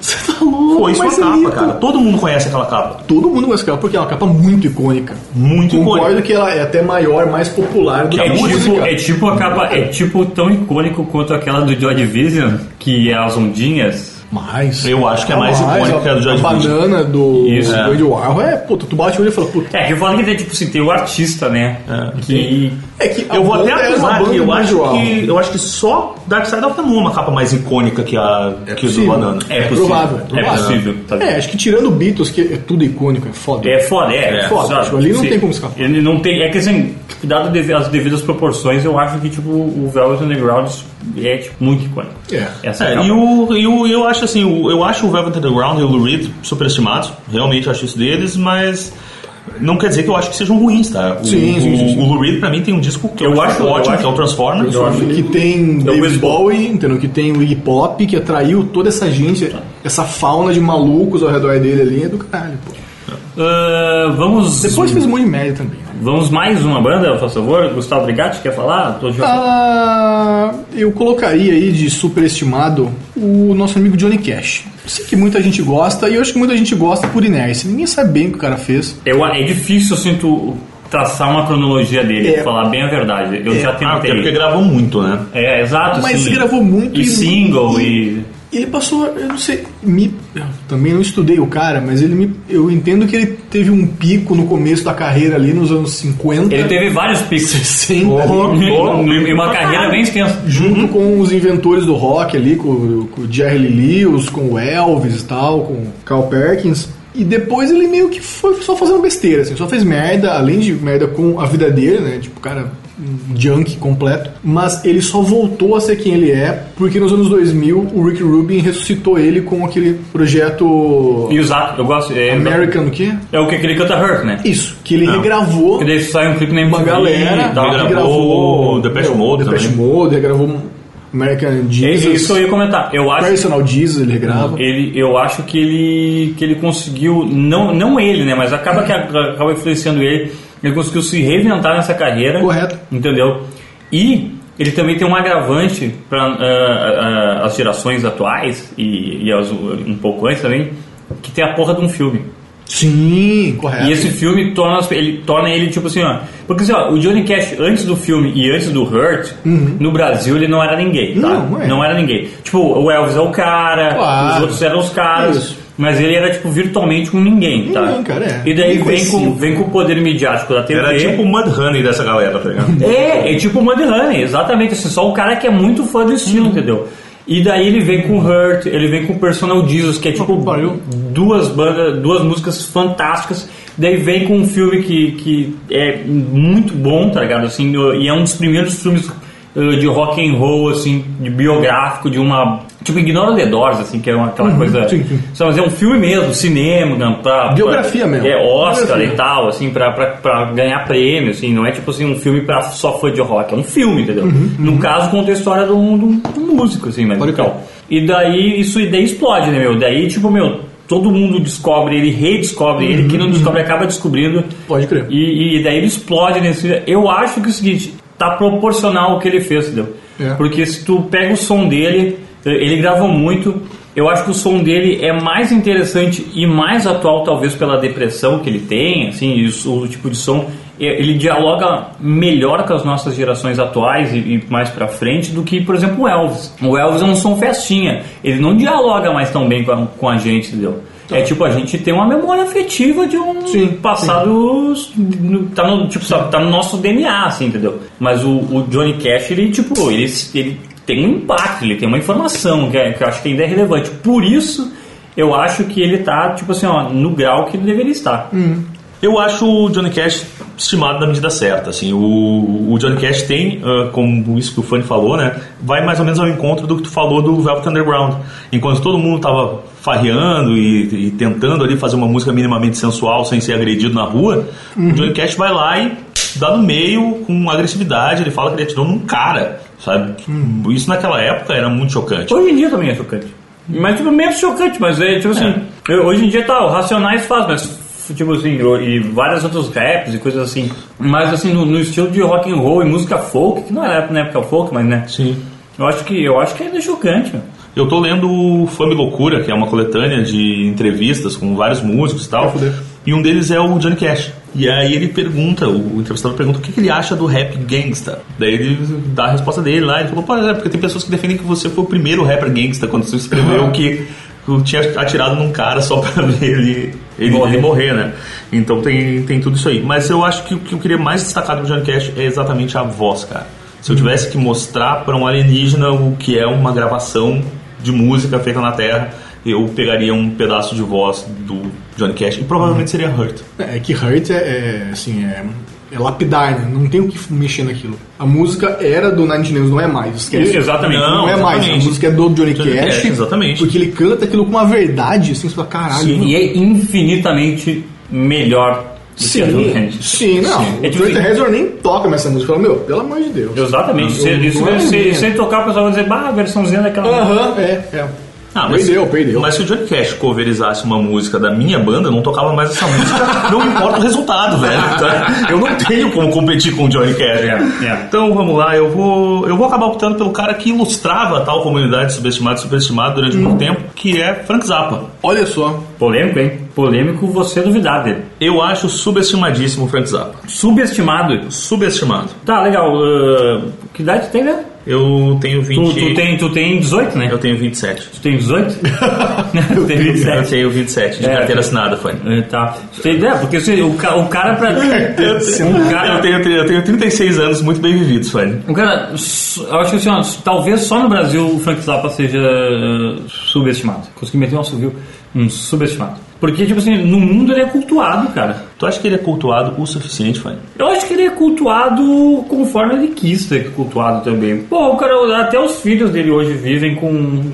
[SPEAKER 2] Você tá louco?
[SPEAKER 3] Foi sua
[SPEAKER 2] mas
[SPEAKER 3] capa,
[SPEAKER 2] Lito,
[SPEAKER 3] cara. Todo mundo conhece aquela capa.
[SPEAKER 2] Todo mundo gosta dela porque é uma capa muito icônica.
[SPEAKER 3] Muito
[SPEAKER 2] Concordo
[SPEAKER 3] icônica.
[SPEAKER 2] que ela é até maior, mais popular do que
[SPEAKER 1] é,
[SPEAKER 2] a
[SPEAKER 1] tipo,
[SPEAKER 2] música.
[SPEAKER 1] é tipo a capa, é tipo tão icônico quanto aquela do Joy Division, que é as ondinhas.
[SPEAKER 2] Mais.
[SPEAKER 3] Eu acho que é mais icônica que a
[SPEAKER 2] a,
[SPEAKER 3] do Joy
[SPEAKER 2] Ah, a
[SPEAKER 3] Division.
[SPEAKER 2] banana do
[SPEAKER 1] Isso,
[SPEAKER 2] do
[SPEAKER 1] é.
[SPEAKER 2] Andy Warhol é, pô, tu bate o olho e fala, puta.
[SPEAKER 1] É, que eu falo que tem tipo assim, tem o artista, né? que
[SPEAKER 2] É que a
[SPEAKER 3] Eu vou até
[SPEAKER 2] banda era uma
[SPEAKER 3] acusar
[SPEAKER 2] banda
[SPEAKER 3] que eu
[SPEAKER 2] do
[SPEAKER 3] acho
[SPEAKER 2] Warhol.
[SPEAKER 3] que eu acho que só Dark Side of the Moon é uma capa mais icônica que a que o do
[SPEAKER 2] possível.
[SPEAKER 3] Banana.
[SPEAKER 1] É possível.
[SPEAKER 2] provável,
[SPEAKER 1] É
[SPEAKER 2] provável.
[SPEAKER 1] possível, tá ligado?
[SPEAKER 2] É, acho que tirando Beatles, que é tudo icônico, é foda.
[SPEAKER 1] é foda, é,
[SPEAKER 3] É
[SPEAKER 2] foda,
[SPEAKER 1] sabe?
[SPEAKER 2] tipo, ali não tem como escapar.
[SPEAKER 1] Ele não tem, é que assim, tipo, dado deve- as devidas proporções, eu acho que tipo o Velvet Underground é tipo, muito icônico.
[SPEAKER 2] É.
[SPEAKER 1] Essa
[SPEAKER 3] É,
[SPEAKER 1] capa.
[SPEAKER 3] e, o, e o- eu acho assim, o- eu acho o Velvet Underground e o Lou Reed superestimados, realmente acho isso deles, mas não quer dizer que eu acho que sejam ruins, tá? O,
[SPEAKER 2] Sim, sim, sim, sim.
[SPEAKER 3] o Lou Reed pra mim tem um disco que eu,
[SPEAKER 1] Eu
[SPEAKER 3] acho
[SPEAKER 1] acho- eu
[SPEAKER 3] ótimo,
[SPEAKER 1] acho-
[SPEAKER 3] que é o Transformers.
[SPEAKER 1] eu acho-
[SPEAKER 2] Que tem
[SPEAKER 1] É o
[SPEAKER 2] David
[SPEAKER 1] Wes
[SPEAKER 2] Bowie, entendeu? que tem o Iggy Pop, que atraiu toda essa gente, essa fauna de malucos ao redor dele ali, é do caralho, pô.
[SPEAKER 1] Ah, vamos
[SPEAKER 2] Depois fez um monte de média também. né?
[SPEAKER 1] Vamos mais uma banda, por favor. Gustavo Brigatti quer falar? Tô de-
[SPEAKER 2] Ah, eu colocaria aí de superestimado o nosso amigo Johnny Cash. Sei que muita gente gosta e eu acho que muita gente gosta por inércia. Ninguém sabe bem o que o cara fez.
[SPEAKER 1] Eu, é difícil, eu sinto, traçar uma cronologia dele,
[SPEAKER 2] É.
[SPEAKER 1] falar bem a verdade. Eu já
[SPEAKER 3] Ah, até porque
[SPEAKER 1] tentei.
[SPEAKER 3] gravam muito, né?
[SPEAKER 1] é, exato.
[SPEAKER 2] Mas
[SPEAKER 1] assim,
[SPEAKER 2] gravou muito
[SPEAKER 1] E single, e.
[SPEAKER 2] Ele passou, eu não sei, me, eu também não estudei o cara, mas ele me, eu entendo que ele teve um pico no começo da carreira ali nos anos 50,
[SPEAKER 1] Ele teve vários picos.
[SPEAKER 2] 60, ali,
[SPEAKER 1] E uma carreira bem extensa.
[SPEAKER 2] junto
[SPEAKER 3] Uhum.
[SPEAKER 2] com os inventores do rock ali, com, com o Jerry Lee Lewis, com o Elvis e tal, com o Carl Perkins. E depois ele meio que foi só fazendo besteira, assim, só fez merda, além de merda com a vida dele, né? Tipo, o cara junk completo, mas ele só voltou a ser quem ele é porque nos anos 2000 o Rick Rubin ressuscitou ele com aquele projeto
[SPEAKER 1] E usar, eu gosto. É,
[SPEAKER 2] American o quê?
[SPEAKER 1] é o que aquele canta Hurt, né?
[SPEAKER 2] Isso, que ele
[SPEAKER 3] Não.
[SPEAKER 2] regravou
[SPEAKER 1] Porque daí sai um clipe na
[SPEAKER 2] uma
[SPEAKER 1] MTV
[SPEAKER 2] galera
[SPEAKER 1] e tal.
[SPEAKER 3] Ele gravou o Depeche
[SPEAKER 2] meu,
[SPEAKER 3] Mode
[SPEAKER 2] Depeche
[SPEAKER 3] também.
[SPEAKER 2] Mode, regravou American
[SPEAKER 1] É Isso
[SPEAKER 2] Jesus,
[SPEAKER 1] eu ia comentar. Eu acho
[SPEAKER 2] Personal Jesus ele regrava.
[SPEAKER 1] Ele, eu acho que ele, que ele conseguiu, não, não ele, né? Mas acaba que acaba influenciando ele. Ele conseguiu se reinventar nessa carreira.
[SPEAKER 2] Correto.
[SPEAKER 1] Entendeu? E ele também tem um agravante para as gerações atuais e, e as- um pouco antes também, que tem a porra de um filme.
[SPEAKER 2] Sim, correto.
[SPEAKER 1] E esse filme torna as- ele, torna ele tipo assim, ó. Porque assim, ó, o Johnny Cash antes do filme e antes do Hurt, no Brasil ele não era ninguém, tá?
[SPEAKER 2] Uhum. Não, é.
[SPEAKER 1] era ninguém. Tipo, o Elvis é o cara,
[SPEAKER 2] Claro.
[SPEAKER 1] os outros eram os caras.
[SPEAKER 2] Isso.
[SPEAKER 1] Mas ele era, tipo, virtualmente um ninguém, tá?
[SPEAKER 2] Ninguém, cara, é.
[SPEAKER 1] E daí
[SPEAKER 2] Ninguém
[SPEAKER 1] vem
[SPEAKER 2] conhecia.
[SPEAKER 1] com, vem com o poder midiático da TV.
[SPEAKER 3] Era tipo o Mudhoney dessa galera, tá ligado?
[SPEAKER 1] É, é tipo o Mudhoney, exatamente. Assim, só o cara que é muito fã do
[SPEAKER 2] Uhum.
[SPEAKER 1] estilo, entendeu? E daí ele vem com Hurt, ele vem com Personal Jesus, que é tipo
[SPEAKER 2] que pariu.
[SPEAKER 1] duas bandas, duas músicas fantásticas. Daí vem com um filme que, que é muito bom, tá ligado? Assim, no- e é um dos primeiros filmes eh, de rock and roll, assim, de biográfico, de uma. Tipo, ignora o The Doors, assim, que é uma, aquela coisa.
[SPEAKER 2] Uhum, sim, sim.
[SPEAKER 1] Sabe, mas é um filme mesmo, cinema, né, pra,
[SPEAKER 2] Biografia
[SPEAKER 1] pra-
[SPEAKER 2] mesmo.
[SPEAKER 1] É, Oscar
[SPEAKER 2] Biografia.
[SPEAKER 1] e tal, assim, pra, pra, pra ganhar prêmio, assim, não é tipo assim um filme pra só fã de rock, é um filme, entendeu? No caso, conta a história de um, de um- de um músico, assim, mas
[SPEAKER 2] Uhum. Pode
[SPEAKER 1] então. E daí, isso e daí explode, né, meu? Daí, tipo, meu, todo mundo descobre ele, redescobre ele, quem não descobre acaba descobrindo.
[SPEAKER 2] Uhum. Pode crer.
[SPEAKER 1] E, e daí ele explode nesse. Eu acho que é o seguinte, tá proporcional ao que ele fez, entendeu?
[SPEAKER 2] É.
[SPEAKER 1] Porque se tu pega o som dele, ele gravou muito. Eu acho que o som dele é mais interessante e mais atual, talvez pela depressão que ele tem, assim, e o, o tipo de som. E- Ele dialoga melhor com as nossas gerações atuais e, e mais pra frente do que, por exemplo, o Elvis. O Elvis é um som festinha. Ele não dialoga mais tão bem com a, com a gente, entendeu? É tipo, a gente tem uma memória afetiva de um
[SPEAKER 2] Sim,
[SPEAKER 1] passado. no- Tá no, tipo, sabe, tá no nosso DNA, assim, entendeu? Mas o, o Johnny Cash, ele, tipo, ele, ele tem um impacto, ele tem uma informação que, é- que eu acho que ainda é relevante. Por isso, eu acho que ele tá, tipo assim, ó, no grau que ele deveria estar.
[SPEAKER 3] Eu acho o Johnny Cash estimado na medida certa, assim, o, o Johnny Cash tem, ah, como isso que o Fanny falou, né, vai mais ou menos ao encontro do que tu falou do Velvet Underground. Enquanto todo mundo tava farreando e, e tentando ali fazer uma música minimamente sensual sem ser agredido na rua, o Johnny Cash vai lá e dá no meio com agressividade, ele fala que ele atirou num cara, sabe? Isso naquela época era muito chocante.
[SPEAKER 1] Hoje em dia também é chocante. Mas, tipo, menos chocante, mas é, tipo assim, eu- hoje em dia tá, o Racionais faz, mas, f- tipo assim, o- e vários outros raps e coisas assim. Mas, assim, no, no estilo de rock and roll e música folk, que não era na época folk, mas, né?
[SPEAKER 3] Sim.
[SPEAKER 1] Eu acho que, eu acho que ainda é chocante, meu.
[SPEAKER 3] Eu tô lendo o Fame Loucura, que é uma coletânea de entrevistas com vários músicos e
[SPEAKER 2] Vai
[SPEAKER 3] tal.
[SPEAKER 2] fuder.
[SPEAKER 3] E um deles é o Johnny Cash. E aí ele pergunta, o entrevistador pergunta o que, que ele acha do rap gangsta. Daí ele dá a resposta dele lá e falou, pô, é porque tem pessoas que defendem que você foi o primeiro rapper gangsta quando você escreveu que eu tinha atirado num cara só pra ver ele, ele,
[SPEAKER 1] Morrer.
[SPEAKER 3] ele morrer, né? Então tem, tem tudo isso aí. Mas eu acho que o que eu queria mais destacar do Johnny Cash é exatamente a voz, cara. Se eu tivesse que mostrar pra um alienígena o que é uma gravação de música feita na Terra, eu pegaria um pedaço de voz do Johnny Cash e provavelmente seria Hurt.
[SPEAKER 2] É que Hurt é, é, assim, é, é lapidar, né? Não tem o que mexer naquilo. A música era do Nine Inch Nails, não é mais. Esquece.
[SPEAKER 1] Exatamente.
[SPEAKER 2] Não, é mais. A
[SPEAKER 3] exatamente.
[SPEAKER 2] música é do Johnny,
[SPEAKER 3] Johnny
[SPEAKER 2] Cash.
[SPEAKER 3] Cash, exatamente.
[SPEAKER 2] Porque ele canta aquilo com uma verdade, assim, você fala, caralho.
[SPEAKER 1] Sim,
[SPEAKER 2] mano.
[SPEAKER 1] e é infinitamente melhor do que a do
[SPEAKER 2] Sim,
[SPEAKER 1] Kennedy.
[SPEAKER 2] sim, não.
[SPEAKER 1] É
[SPEAKER 2] o
[SPEAKER 1] tipo
[SPEAKER 2] Trent
[SPEAKER 1] assim-
[SPEAKER 2] Reznor nem toca nessa música. Fala, meu, pelo amor de Deus.
[SPEAKER 1] Exatamente. Se,
[SPEAKER 2] Eu-
[SPEAKER 1] isso,
[SPEAKER 2] não é
[SPEAKER 1] se,
[SPEAKER 2] ninguém.
[SPEAKER 1] se ele tocar, o pessoal vai dizer, bah, a versãozinha daquela.
[SPEAKER 2] Aham, é, é.
[SPEAKER 3] Ah,
[SPEAKER 2] Perdeu, perdeu.
[SPEAKER 3] Mas se o Johnny Cash coverizasse uma música da minha banda, eu não tocava mais essa música, não importa o resultado, velho. tá? Eu não tenho como competir com o Johnny Cash. né?
[SPEAKER 1] Ah. É, é.
[SPEAKER 3] Então vamos lá, eu vou, eu vou acabar optando pelo cara que ilustrava a tal comunidade subestimada e superestimada durante
[SPEAKER 1] Hum.
[SPEAKER 3] muito tempo, que é Frank Zappa.
[SPEAKER 2] Olha só.
[SPEAKER 1] Polêmico, hein? Polêmico você duvidar dele.
[SPEAKER 3] Eu acho subestimadíssimo o Frank Zappa.
[SPEAKER 1] Subestimado.
[SPEAKER 3] Subestimado.
[SPEAKER 1] Tá, legal. ah, que idade tu tem, né?
[SPEAKER 3] Eu tenho 20.
[SPEAKER 1] Tu, tu, tem, tu tem 18, né?
[SPEAKER 3] Eu tenho 27.
[SPEAKER 1] Tu tem 18? tu tem
[SPEAKER 3] Eu
[SPEAKER 1] 27.
[SPEAKER 3] tenho 27 de
[SPEAKER 1] É.
[SPEAKER 3] carteira assinada, foi.
[SPEAKER 1] É, tá. Tu tem ideia? Porque se, o, ca- o cara pra. o
[SPEAKER 3] Eu
[SPEAKER 1] cara.
[SPEAKER 3] tenho, eu tenho 36 anos muito bem vividos, Fanny.
[SPEAKER 1] O cara, s- eu acho que assim, ó, talvez só no Brasil o Frank Zappa seja eh, subestimado. Consegui meter um assovio, um subestimado. Porque, tipo assim, no mundo ele é cultuado, cara.
[SPEAKER 3] Tu acha que ele é cultuado o suficiente, Fanny?
[SPEAKER 1] Eu acho que ele é cultuado conforme ele quis ser cultuado também. Pô, o cara, até os filhos dele hoje vivem com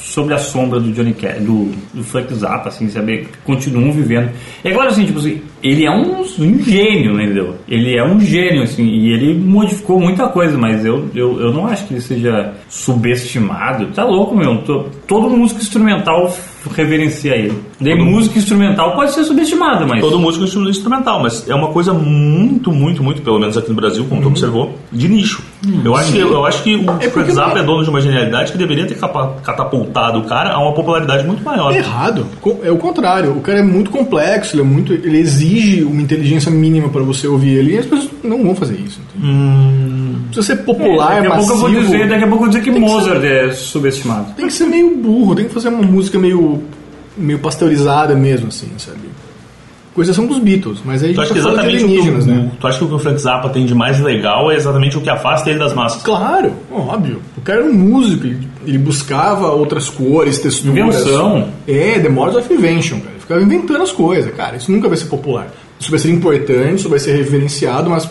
[SPEAKER 1] sobre a sombra do Johnny Cash, do, do Frank Zappa, assim, saber continuam vivendo. É claro assim, tipo assim, ele é um, um gênio, né, entendeu? Ele é um gênio, assim, e ele modificou muita coisa, mas eu, eu, eu não acho que ele seja subestimado. Tá louco, meu. Tô- todo músico instrumental reverencia ele. Daí música instrumental pode ser subestimada, mas.
[SPEAKER 3] Todo músico é um estilo instrumental, mas é uma coisa muito, muito, muito, pelo menos aqui no Brasil, como
[SPEAKER 2] Uhum.
[SPEAKER 3] tu observou, de nicho. Eu, acho que, eu acho que o Frank
[SPEAKER 2] porque
[SPEAKER 3] Zappa
[SPEAKER 2] não-
[SPEAKER 3] é dono de uma genialidade que deveria ter capa- catapultado o cara a uma popularidade muito maior.
[SPEAKER 2] Tá Errado. Co- É o contrário. O cara é muito complexo, ele, é muito, ele exige uma inteligência mínima pra você ouvir ele e as pessoas não vão fazer isso. entende? Precisa ser é popular,
[SPEAKER 1] É, daqui a pouco eu
[SPEAKER 2] massivo.
[SPEAKER 1] vou dizer, né? daqui a pouco eu vou dizer que
[SPEAKER 2] Tem que
[SPEAKER 1] Mozart é subestimado.
[SPEAKER 2] Tem que ser meio burro, tem que fazer uma música meio, meio pasteurizada mesmo, assim, sabe? Com exceção dos Beatles, mas aí a
[SPEAKER 3] Tu
[SPEAKER 2] gente
[SPEAKER 3] acha
[SPEAKER 2] tá
[SPEAKER 3] que é
[SPEAKER 2] falando de
[SPEAKER 3] exatamente o que,
[SPEAKER 2] alienígenas,
[SPEAKER 3] o-
[SPEAKER 2] né?
[SPEAKER 3] tu acha que o que o Frank Zappa tem de mais legal é exatamente o que afasta ele das massas.
[SPEAKER 2] Claro, óbvio. O cara era um músico, ele, ele buscava outras cores, texturas.
[SPEAKER 1] Invenção.
[SPEAKER 2] É, The Models of Invention, cara. Ele ficava inventando as coisas, cara. Isso nunca vai ser popular. Isso vai ser importante, isso vai ser reverenciado, mas.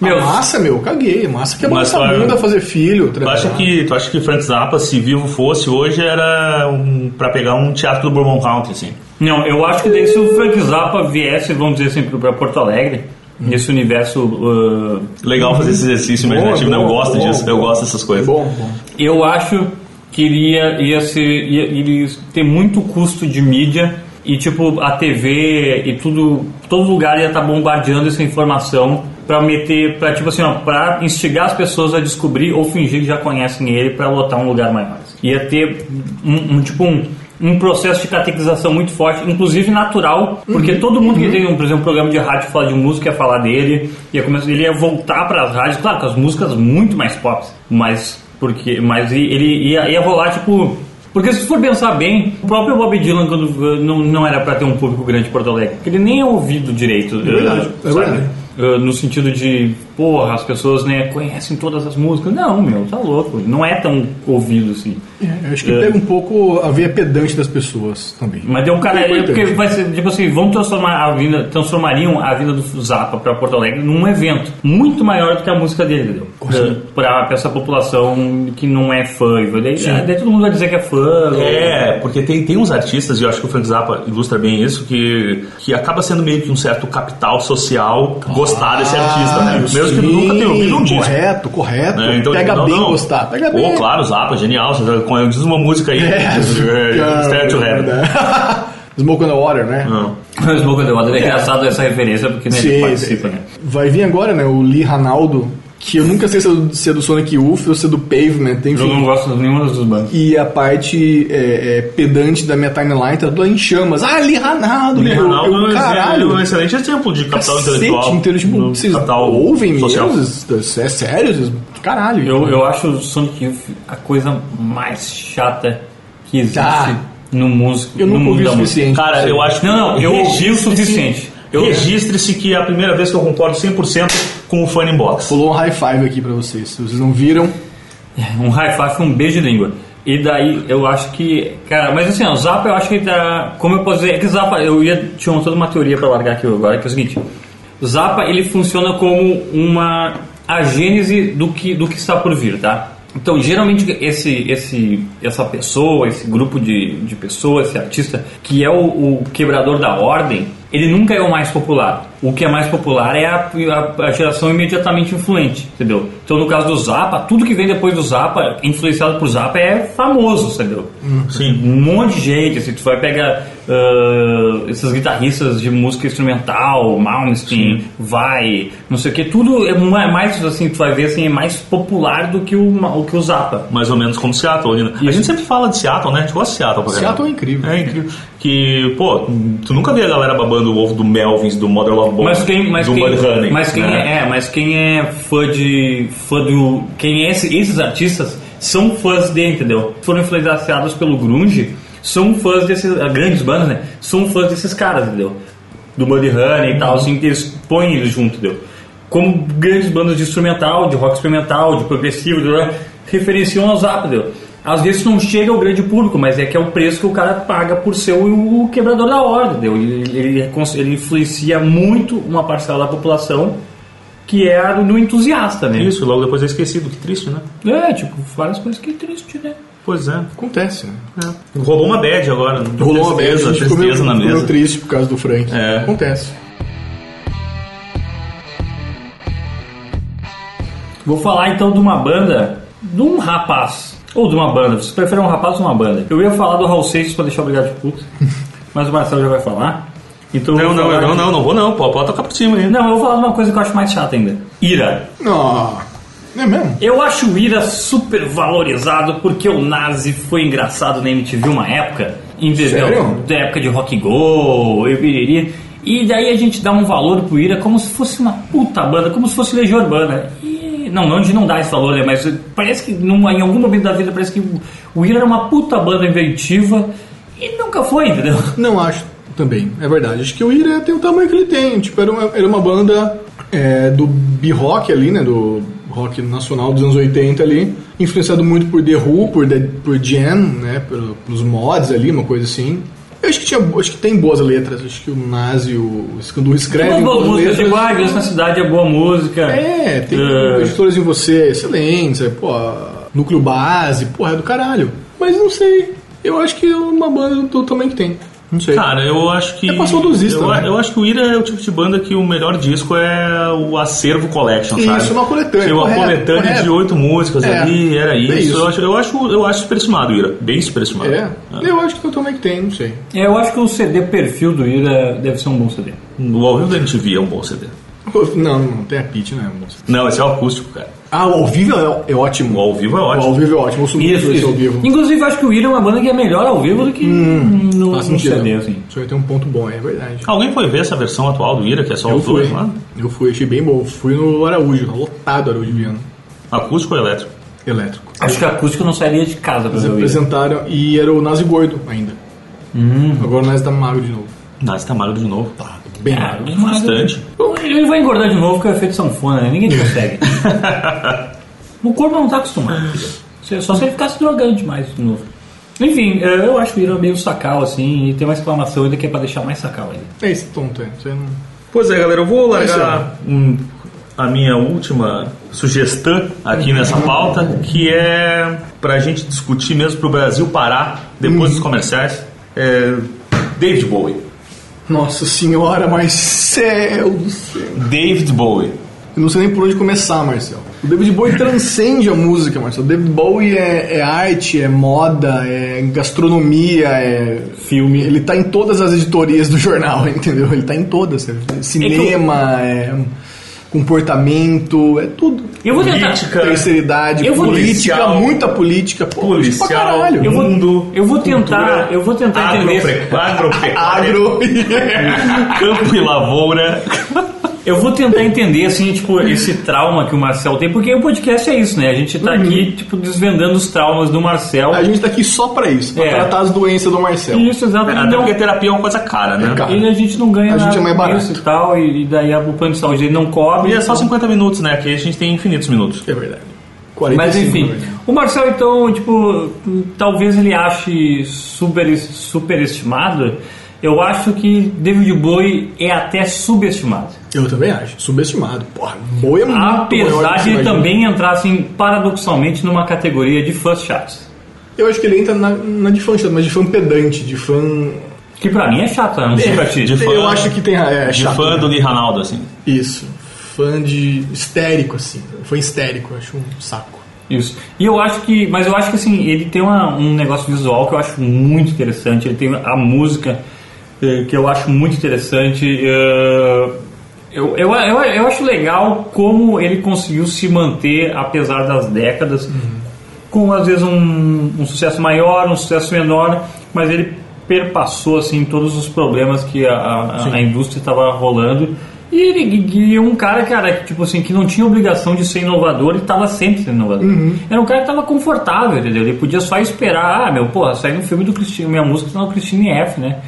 [SPEAKER 1] Meu.
[SPEAKER 2] A massa, meu, caguei. A massa que é
[SPEAKER 3] Mas,
[SPEAKER 2] essa
[SPEAKER 3] claro,
[SPEAKER 2] bunda fazer filho.
[SPEAKER 3] Tu acha
[SPEAKER 2] trabalhar.
[SPEAKER 3] que, tu acha que Frank Zappa, se vivo fosse hoje, era um, pra pegar um teatro do Bourbon County, assim?
[SPEAKER 1] Não, eu acho que daí se o Frank Zappa viesse, vamos dizer assim, pra Porto Alegre,
[SPEAKER 2] Uhum.
[SPEAKER 1] nesse universo. ah,
[SPEAKER 3] Legal fazer esse exercício
[SPEAKER 2] Boa,
[SPEAKER 3] imaginativo, né? Eu
[SPEAKER 2] boa,
[SPEAKER 3] gosto
[SPEAKER 2] boa,
[SPEAKER 3] disso, eu
[SPEAKER 2] boa.
[SPEAKER 3] gosto dessas coisas.
[SPEAKER 2] Bom, bom.
[SPEAKER 1] eu acho que iria, ia ser. Ia, iria ter muito custo de mídia e, tipo, a TV e tudo. Todo lugar ia estar bombardeando essa informação pra meter. pra, tipo assim, ó, pra instigar as pessoas a descobrir ou fingir que já conhecem ele pra lotar um lugar maior. Ia ter, um, um, tipo, um. um processo de catequização muito forte, inclusive natural, porque
[SPEAKER 2] Uhum.
[SPEAKER 1] todo mundo que tem, um, por exemplo, um programa de rádio que fala de música ia falar dele, ia começar, ele ia voltar para as rádios, claro, com as músicas muito mais pop, mas porque, mas e- ele ia, ia rolar tipo porque se for pensar bem, o próprio Bob Dylan quando, eh, não, não era para ter um público grande em Porto Alegre, porque ele nem é ouvido direito, eh,
[SPEAKER 2] verdade, é
[SPEAKER 1] sabe?
[SPEAKER 2] verdade.
[SPEAKER 1] Eh, no sentido de, porra, as pessoas né, conhecem todas as músicas. Não, meu, tá louco. Não é tão ouvido assim.
[SPEAKER 2] É, eu acho que pega um pouco a veia pedante das pessoas também.
[SPEAKER 1] Mas deu um cara.
[SPEAKER 2] Importante.
[SPEAKER 1] É porque vai ser, tipo assim, vão transformar a vinda, transformariam a vinda do Zappa pra Porto Alegre num evento muito maior do que a música dele, entendeu? Pra- Pra, pra essa população que não é fã. e Daí, daí todo mundo vai dizer que é fã.
[SPEAKER 3] É, porque tem, tem uns artistas, e eu acho que o Frank Zappa ilustra bem isso, que, que acaba sendo meio que um certo capital social gostar
[SPEAKER 2] Ah,
[SPEAKER 3] desse artista, né? Mesmo que tu nunca tenha ouvido um disco.
[SPEAKER 2] Correto, correto.
[SPEAKER 3] né? Então,
[SPEAKER 2] pega
[SPEAKER 3] não,
[SPEAKER 2] bem
[SPEAKER 3] não.
[SPEAKER 2] gostar. Pega
[SPEAKER 3] Pô,
[SPEAKER 2] bem.
[SPEAKER 3] claro, Zappa, genial. Você já- Diz uma música aí.
[SPEAKER 2] É,
[SPEAKER 3] Stare to Heaven.
[SPEAKER 2] Smoke on the Water, né?
[SPEAKER 3] Não.
[SPEAKER 1] O Smoke on the Water é engraçado essa referência, porque né, ele participa, né?
[SPEAKER 2] Vai vir agora, né? O Lee Ranaldo, que eu nunca sei se é do, se é do Sonic Youth ou se é do Pavement,
[SPEAKER 1] Eu não
[SPEAKER 2] enfim.
[SPEAKER 1] gosto de nenhuma das duas bandas.
[SPEAKER 2] E a parte é, é, pedante da minha timeline tá toda em chamas. Ah, Lee Ranaldo,
[SPEAKER 3] Lee
[SPEAKER 2] meu,
[SPEAKER 3] Ronaldo
[SPEAKER 2] eu,
[SPEAKER 3] é um
[SPEAKER 2] caralho.
[SPEAKER 3] excelente- um excelente exemplo de capital
[SPEAKER 2] Cacete,
[SPEAKER 3] intelectual.
[SPEAKER 2] inteiro, tipo,
[SPEAKER 3] então, no
[SPEAKER 2] vocês
[SPEAKER 3] capital
[SPEAKER 2] ouvem
[SPEAKER 3] social.
[SPEAKER 2] mesmo? Isso É sério? Vocês- Caralho.
[SPEAKER 1] Eu, eu acho o Sonic Youth a coisa mais chata que existe
[SPEAKER 2] Ah.
[SPEAKER 1] no, músico,
[SPEAKER 2] Eu
[SPEAKER 1] no
[SPEAKER 2] nunca
[SPEAKER 1] mundo
[SPEAKER 2] ouvi o
[SPEAKER 1] da música.
[SPEAKER 2] suficiente.
[SPEAKER 3] Cara, eu acho que.
[SPEAKER 1] Não, não, eu ouvi o
[SPEAKER 3] Registre-se-
[SPEAKER 1] suficiente. Eu-
[SPEAKER 3] Registre-se que é a primeira vez que eu concordo 100% com o Funny Box.
[SPEAKER 2] Rolou um high five aqui pra vocês. Se vocês não viram, assim.
[SPEAKER 1] Um high five um beijo de língua. E daí eu acho que. Cara, mas assim, ó, o Zappa eu acho que tá. Como eu posso dizer? É que o Zappa, eu ia. Tinha toda uma teoria pra largar aqui agora, que é o seguinte: o Zappa ele funciona como uma. a gênese do que, do que está por vir, tá? Então, geralmente, esse, esse, essa pessoa, esse grupo de, de pessoas, esse artista, que é o, o quebrador da ordem, ele nunca é o mais popular. O que é mais popular é a, a- a geração imediatamente influente, entendeu? Então, no caso do Zappa, tudo que vem depois do Zappa, influenciado por Zappa, é famoso, entendeu?
[SPEAKER 3] Hum, Sim.
[SPEAKER 1] Um monte de gente, assim, tu vai pegar ah, esses guitarristas de música instrumental, Malmsteen, vai, não sei o que, tudo é ma- mais, assim, tu vai ver, assim, é mais popular do que o, Ma- o que o Zappa.
[SPEAKER 3] Mais ou menos como Seattle ainda. A gente sempre fala de Seattle, né? A gente gosta de Seattle. Pra caramba.
[SPEAKER 2] Seattle é incrível.
[SPEAKER 3] É incrível. Que, pô, tu nunca vê a galera babando o ovo do Melvins, do Mother Love Bone,
[SPEAKER 1] Mas quem, mas
[SPEAKER 3] do
[SPEAKER 1] quem,
[SPEAKER 3] Mudhoney.
[SPEAKER 1] mas quem é,
[SPEAKER 3] né?
[SPEAKER 1] é, mas quem é fã de, fã do, quem é esse- esses artistas são fãs de, entendeu? Foram influenciados pelo grunge, são fãs desses ah, grandes bandas, né? São fãs desses caras, entendeu? Do Mudhoney e tal, assim, que eles põem eles junto, entendeu? Como grandes bandas de instrumental, de rock experimental, de progressivo, de, referenciam ao Zap, entendeu? Às vezes não chega ao grande público, mas é que é o preço que o cara paga por ser o, o quebrador da ordem, entendeu? Ele, ele, cons- ele influencia muito uma parcela da população que é a do do entusiasta, né?
[SPEAKER 3] Isso, logo depois é esquecido, que triste, né?
[SPEAKER 1] É, tipo, várias coisas que é triste, né?
[SPEAKER 3] Pois é.
[SPEAKER 2] Acontece, né?
[SPEAKER 3] é. Rolou uma bad agora. né?
[SPEAKER 2] Rolou uma
[SPEAKER 3] Tristeza,
[SPEAKER 2] mesa, a gente ficou meio,
[SPEAKER 3] tristeza na
[SPEAKER 2] ficou meio
[SPEAKER 3] mesa.
[SPEAKER 2] triste por causa do Frank.
[SPEAKER 3] É.
[SPEAKER 2] Acontece.
[SPEAKER 1] Vou falar então de uma banda, de um rapaz, ou de uma banda, vocês preferem um rapaz ou uma banda? Eu ia falar do Raul Seixas pra deixar obrigado de puto, mas o Marcelo já vai falar. Então eu vou
[SPEAKER 3] Não, não,
[SPEAKER 1] falar
[SPEAKER 3] eu não,
[SPEAKER 1] de-
[SPEAKER 3] não, não vou não. Pô, pode tocar por cima aí. né?
[SPEAKER 1] Não, eu vou falar de uma coisa que eu acho mais chata ainda. Ira.
[SPEAKER 2] Não. Não é mesmo?
[SPEAKER 1] Eu acho o Ira super valorizado porque o Nazi foi engraçado na MTV uma época. Entendeu?
[SPEAKER 2] Sério?
[SPEAKER 1] Da época de Rock Go, eu piriri. E daí a gente dá um valor pro Ira como se fosse uma puta banda, como se fosse Legião Urbana. E, não, não de não dar esse valor, né? Mas parece que num- em algum momento da vida parece que o- o Ira era uma puta banda inventiva e nunca foi, entendeu?
[SPEAKER 2] Não acho também, é verdade. Acho que o Ira tem o tamanho que ele tem. Tipo, era uma, era uma banda é, do B-Rock ali, né? Do rock nacional dos anos 80 ali. Influenciado muito por The Who, por, The, por Jan, né? pelo- Pelos mods ali, uma coisa assim. Eu acho que, tinha, acho que tem boas letras. Acho que o Nazi, o Escandu escreve
[SPEAKER 1] Uma boa
[SPEAKER 2] boas
[SPEAKER 1] música,
[SPEAKER 2] letras.
[SPEAKER 1] tipo, ah, Igreja na cidade é boa música.
[SPEAKER 2] É, tem
[SPEAKER 1] É.
[SPEAKER 2] editores em você excelentes, é, pô, núcleo base, porra, é do caralho. Mas não sei, eu acho que é uma banda do tamanho que tem. Não sei.
[SPEAKER 3] Cara, eu acho que.
[SPEAKER 2] É passou dos istas,
[SPEAKER 3] eu,
[SPEAKER 2] né?
[SPEAKER 3] eu acho que o Ira é o tipo de banda que o melhor disco é o acervo collection,
[SPEAKER 2] Isso,
[SPEAKER 3] sabe?
[SPEAKER 2] é uma coletânea,
[SPEAKER 3] É uma
[SPEAKER 2] correto,
[SPEAKER 3] coletânea
[SPEAKER 2] correto.
[SPEAKER 3] de oito músicas
[SPEAKER 2] É,
[SPEAKER 3] ali, era
[SPEAKER 2] é
[SPEAKER 3] isso.
[SPEAKER 2] isso.
[SPEAKER 3] Eu acho, eu acho, eu acho superestimado, o Ira. Bem superestimado.
[SPEAKER 2] é, eu acho que é o tamanho que tem, não sei.
[SPEAKER 1] É, Eu acho que o CD perfil do Ira deve ser um bom CD.
[SPEAKER 3] O ao vivo da MTV é um bom CD.
[SPEAKER 2] Não, não tem a Pete, né? moço?
[SPEAKER 3] Não, esse é o acústico, cara.
[SPEAKER 2] Ah, o ao vivo é, é ótimo.
[SPEAKER 3] O ao vivo é
[SPEAKER 2] O
[SPEAKER 3] ótimo.
[SPEAKER 2] ao vivo é ótimo, eu sou muito desse ao vivo. Hum,
[SPEAKER 1] Inclusive, eu acho que o Ira é uma banda que é melhor ao vivo do que no, no
[SPEAKER 2] Faz sentido.
[SPEAKER 1] CD, assim.
[SPEAKER 2] Isso aí tem um ponto bom, é verdade.
[SPEAKER 3] Alguém foi ver essa versão atual do Ira, que é só
[SPEAKER 2] eu
[SPEAKER 3] os dois
[SPEAKER 2] fui,
[SPEAKER 3] lá?
[SPEAKER 2] eu fui, achei bem bom. Fui no Araújo, lotado Araújo Viana,
[SPEAKER 3] Acústico ou elétrico?
[SPEAKER 2] elétrico.
[SPEAKER 1] Acho que a acústica eu não sairia de casa pra
[SPEAKER 2] Eles
[SPEAKER 1] ver o Ira.
[SPEAKER 2] apresentaram e era o Nazi gordo ainda. Agora o Nazi tá magro de novo.
[SPEAKER 3] Nazi tá magro de novo.
[SPEAKER 2] Bem
[SPEAKER 1] Ah,
[SPEAKER 2] magro.
[SPEAKER 1] mas-
[SPEAKER 3] Bastante.
[SPEAKER 1] Ele vai engordar de novo com o efeito sanfona, né? Ninguém consegue. o corpo não tá acostumado. filho. Só se ele ficasse drogando demais de novo. Enfim, é, eu acho o Ira meio sacal, assim, e tem uma exclamação ainda que é pra deixar mais sacal ainda.
[SPEAKER 2] É esse tonto, é. Você não...
[SPEAKER 3] Pois é, galera, eu vou largar
[SPEAKER 2] Marcelo.
[SPEAKER 3] hum, a minha última sugestão aqui nessa pauta, que é pra gente discutir mesmo pro Brasil parar depois dos comerciais. É, David Bowie.
[SPEAKER 2] Nossa senhora, Marcelo do céu.
[SPEAKER 3] David Bowie.
[SPEAKER 2] Eu não sei nem por onde começar, Marcelo. O David Bowie transcende a música, Marcelo. O David Bowie é, é arte, é moda, é gastronomia, é filme. Ele tá em todas as editorias do jornal, entendeu? Ele tá em todas. É cinema, é comportamento, é tudo.
[SPEAKER 1] Eu vou tentar.
[SPEAKER 3] Política.
[SPEAKER 2] Terceira idade,
[SPEAKER 1] Eu vou-
[SPEAKER 2] política,
[SPEAKER 3] Policial.
[SPEAKER 2] muita política. Pô,
[SPEAKER 3] Policial.
[SPEAKER 2] Pra caralho.
[SPEAKER 1] Eu vou,
[SPEAKER 3] Mundo,
[SPEAKER 1] eu vou tentar,
[SPEAKER 3] cultura,
[SPEAKER 1] eu vou tentar entender.
[SPEAKER 3] agropre- Agropecuária.
[SPEAKER 2] Agro.
[SPEAKER 3] Campo e lavoura.
[SPEAKER 1] Eu vou tentar entender, assim, tipo, esse trauma que o Marcel tem, porque o podcast é isso, né? A gente tá aqui, tipo, desvendando os traumas do Marcel.
[SPEAKER 2] Uhum. A gente tá aqui só pra isso, pra
[SPEAKER 1] É.
[SPEAKER 2] tratar as doenças do Marcelo.
[SPEAKER 1] Isso, exatamente.
[SPEAKER 3] Até
[SPEAKER 1] Então,
[SPEAKER 3] porque terapia é uma coisa cara, né?
[SPEAKER 2] É caro.
[SPEAKER 1] e a gente não ganha
[SPEAKER 2] A
[SPEAKER 1] nada
[SPEAKER 2] gente é mais
[SPEAKER 1] com
[SPEAKER 2] barato.
[SPEAKER 1] isso e tal, e, e daí a- o plano de saúde dele não cobre. então,
[SPEAKER 3] E é só 50 minutos, né? Aqui a gente tem infinitos minutos.
[SPEAKER 2] É verdade.
[SPEAKER 3] né?
[SPEAKER 1] Mas
[SPEAKER 2] 45,
[SPEAKER 1] enfim,
[SPEAKER 2] na é verdade.
[SPEAKER 1] o Marcel então, tipo, talvez ele ache super superestimado. Eu acho que David Bowie é até subestimado.
[SPEAKER 2] Eu também acho. Subestimado. Porra, boi
[SPEAKER 3] Hum,
[SPEAKER 2] é muito maior
[SPEAKER 1] Apesar
[SPEAKER 2] do que
[SPEAKER 1] de
[SPEAKER 2] você
[SPEAKER 1] ele
[SPEAKER 2] imagina.
[SPEAKER 1] também entrar, assim, paradoxalmente numa categoria de fãs chatos.
[SPEAKER 2] Eu acho que ele entra na, na de fã chato, mas de fã pedante, de fã.
[SPEAKER 1] Que pra mim é chato, né? não sei pra ti.
[SPEAKER 3] de fã-
[SPEAKER 2] eu acho que tem. É, é
[SPEAKER 3] De
[SPEAKER 2] chato,
[SPEAKER 3] fã
[SPEAKER 2] né?
[SPEAKER 3] do Lee Ranaldo, assim.
[SPEAKER 2] Isso. Fã de histérico, assim. Fã histérico, eu acho um saco.
[SPEAKER 1] Isso. E eu acho que. Mas eu acho que assim, ele tem uma- um negócio visual que eu acho muito interessante. Ele tem a música eh, que eu acho muito interessante. eh, eu, eu, eu, eu acho legal como ele conseguiu se manter, apesar das décadas, com às vezes um, um sucesso maior, um sucesso menor, mas ele perpassou assim todos os problemas que a, a, a indústria estava rolando e ele e um cara cara que tipo assim que não tinha obrigação de ser inovador e estava sempre sendo inovador era um cara que estava confortável entendeu ele podia só esperar ah meu porra saiu um filme do Cristina minha música tá no Christine F né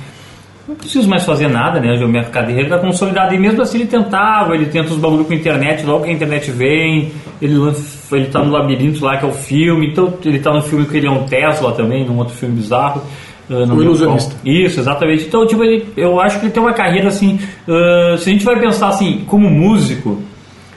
[SPEAKER 1] não preciso mais fazer nada, né? A minha carreira está consolidada. E mesmo assim ele tentava, ele tenta os bagulho com a internet, logo que a internet vem, ele, lança- ele tá no labirinto lá, que é o filme, então ele tá no filme que ele é um Tesla também, num outro filme bizarro. ah, não lembro
[SPEAKER 2] Ilusionista.
[SPEAKER 1] qual. Isso, exatamente. Então, tipo, ele, eu acho que ele tem uma carreira assim. ah, se a gente vai pensar assim, como músico,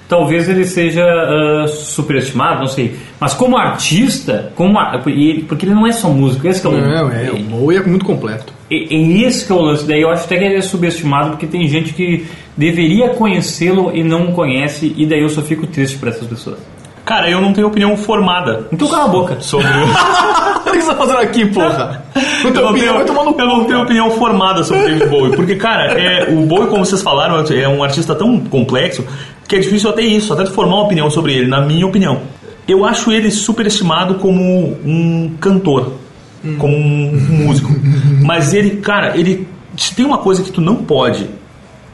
[SPEAKER 1] talvez ele seja ah, superestimado, não sei. Mas como artista, como a- e ele- porque ele não é só músico, esse que é o
[SPEAKER 2] Não, é, o Bowie é muito completo.
[SPEAKER 1] e, e esse que é o lance daí, eu acho até que ele é subestimado, porque tem gente que deveria conhecê-lo e não o conhece, e daí eu só fico triste pra essas pessoas.
[SPEAKER 3] Cara, eu não tenho opinião formada
[SPEAKER 1] Então cala a boca.
[SPEAKER 3] sobre.
[SPEAKER 2] O que você tá fazendo aqui, porra? Não tem
[SPEAKER 3] Eu não
[SPEAKER 1] um-
[SPEAKER 2] opinião, vai
[SPEAKER 3] tenho-
[SPEAKER 2] tomar no
[SPEAKER 3] eu não
[SPEAKER 2] cu.
[SPEAKER 3] tenho opinião formada sobre o David Bowie. Porque, cara, é, o Bowie, como vocês falaram, é um artista tão complexo que é difícil até isso, até formar uma opinião sobre ele, na minha opinião. Eu acho ele superestimado como um cantor, como um músico. Mas ele, cara, ele. Se tem uma coisa que tu não pode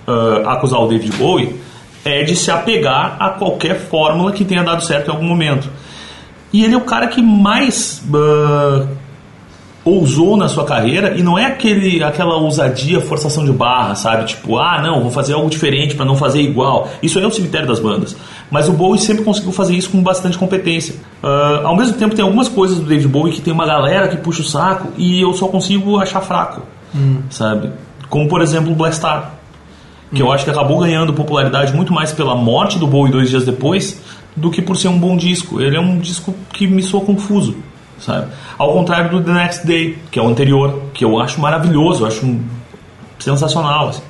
[SPEAKER 3] ah, acusar o David Bowie, é de se apegar a qualquer fórmula que tenha dado certo em algum momento. E ele é o cara que mais ah, ousou na sua carreira e não é aquele, aquela ousadia, forçação de barra, sabe? Tipo, ah, não, vou fazer algo diferente para não fazer igual. Isso aí é o cemitério das bandas. Mas o Bowie sempre conseguiu fazer isso com bastante competência. Ah, ao mesmo tempo, tem algumas coisas do David Bowie que tem uma galera que puxa o saco e eu só consigo achar fraco, sabe? Como, por exemplo, o Black Star, que eu acho que acabou ganhando popularidade muito mais pela morte do Bowie dois dias depois do que por ser um bom disco. Ele é um disco que me soa confuso, sabe? Ao contrário do The Next Day, que é o anterior, que eu acho maravilhoso, eu acho um- sensacional. assim.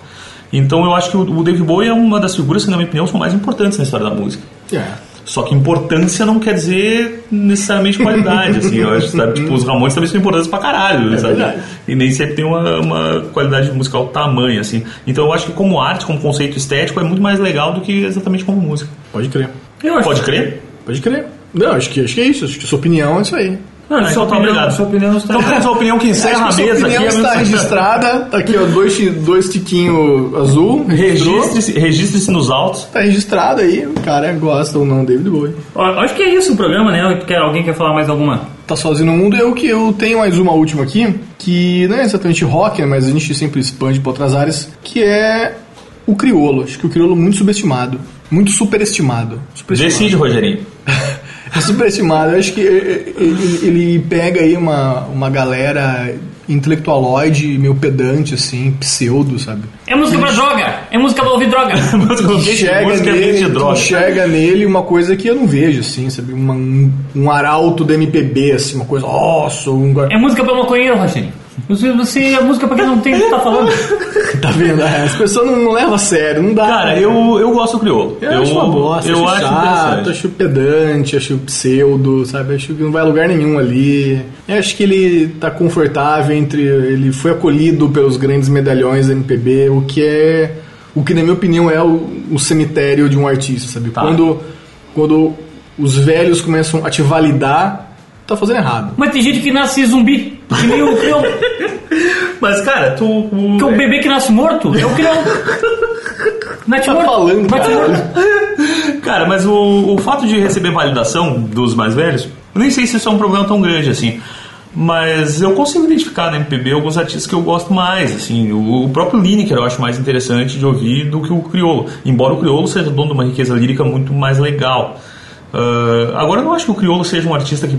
[SPEAKER 3] Então eu acho que o o David Bowie é uma das figuras que, na minha opinião, são mais importantes na história da música.
[SPEAKER 1] um-
[SPEAKER 2] É.
[SPEAKER 3] Só que importância não quer dizer necessariamente qualidade, assim, eu acho, sabe? Tipo, os Ramones também são importantes pra caralho, sabe?
[SPEAKER 2] verdade.
[SPEAKER 3] E nem sempre tem uma, uma qualidade musical tamanha, assim. Então eu acho que como arte, como conceito estético, é muito mais legal do que exatamente como música.
[SPEAKER 2] Pode crer.
[SPEAKER 1] Eu acho.
[SPEAKER 3] Pode crer?
[SPEAKER 2] Pode crer. Não, acho que, acho que é isso. Acho que a sua opinião é isso aí.
[SPEAKER 1] Não,
[SPEAKER 3] Ah,
[SPEAKER 1] sua,
[SPEAKER 3] então tá,
[SPEAKER 1] opinião,
[SPEAKER 3] obrigado.
[SPEAKER 1] sua opinião está.
[SPEAKER 3] Então, cara, sua opinião que encerra
[SPEAKER 2] Acho que
[SPEAKER 3] a
[SPEAKER 2] sua
[SPEAKER 3] mesa aqui
[SPEAKER 2] opinião
[SPEAKER 3] é
[SPEAKER 2] está
[SPEAKER 3] mesmo-
[SPEAKER 2] registrada. Tá aqui, ó, dois, ti- dois tiquinhos azul. registrou.
[SPEAKER 3] Registre-se registre-se nos autos.
[SPEAKER 2] Tá registrado aí. O cara gosta ou não do David Bowie.
[SPEAKER 1] Ó, Acho que é isso o programa, né? Quer, alguém quer falar mais alguma?
[SPEAKER 2] Tá sozinho no mundo. Eu que eu tenho mais uma última aqui, que não é exatamente rock, né, mas a gente sempre expande pra outras áreas, que é o criolo. Acho que o criolo é muito subestimado. Muito superestimado. Superestimado.
[SPEAKER 3] Decide, Rogerinho.
[SPEAKER 2] É superestimado. Eu acho que eh, ele, ele pega aí uma, uma galera intelectualoide, meio pedante, assim, pseudo, sabe?
[SPEAKER 1] É música pra droga! É música pra ouvir droga!
[SPEAKER 3] é Música vende
[SPEAKER 2] nele,
[SPEAKER 3] droga.
[SPEAKER 2] enxerga nele uma coisa que eu não vejo, assim, sabe? Uma- um, um arauto do MPB, assim, uma coisa, ó, sou um...
[SPEAKER 1] É música pra maconheiro, Rogério. Você, você é música pra quem não tem o que tá falando.
[SPEAKER 2] Tá vendo? É, As pessoas não, não levam a sério, não dá.
[SPEAKER 3] Cara, eu, eu gosto do crioulo.
[SPEAKER 2] Eu, acho uma bosta,
[SPEAKER 3] eu
[SPEAKER 2] acho
[SPEAKER 3] acho
[SPEAKER 2] chato,
[SPEAKER 3] interessante.
[SPEAKER 2] acho pedante, acho pseudo, sabe? Acho que não vai a lugar nenhum ali. Eu acho que ele tá confortável entre. Ele foi acolhido pelos grandes medalhões da MPB, o que é. O que, na minha opinião, é o, o cemitério de um artista, sabe? Quando, quando os velhos começam a te validar, tá fazendo errado.
[SPEAKER 1] Mas tem gente que nasce zumbi. Que nem o crião.
[SPEAKER 3] Mas, cara, tu.
[SPEAKER 1] Que é o bebê que nasce morto. É o crião. Nasce morto.
[SPEAKER 2] Tá falando, é
[SPEAKER 1] Nasce
[SPEAKER 2] cara.
[SPEAKER 1] morto.
[SPEAKER 3] Cara, mas o, o fato de receber validação dos mais velhos, eu nem sei se isso é um problema tão grande assim. Mas eu consigo identificar na MPB alguns artistas que eu gosto mais, assim, o, o próprio Lineker eu acho mais interessante de ouvir do que o Criolo, embora o Criolo seja dono de uma riqueza lírica muito mais legal. Ah, agora eu não acho que o Criolo seja um artista que,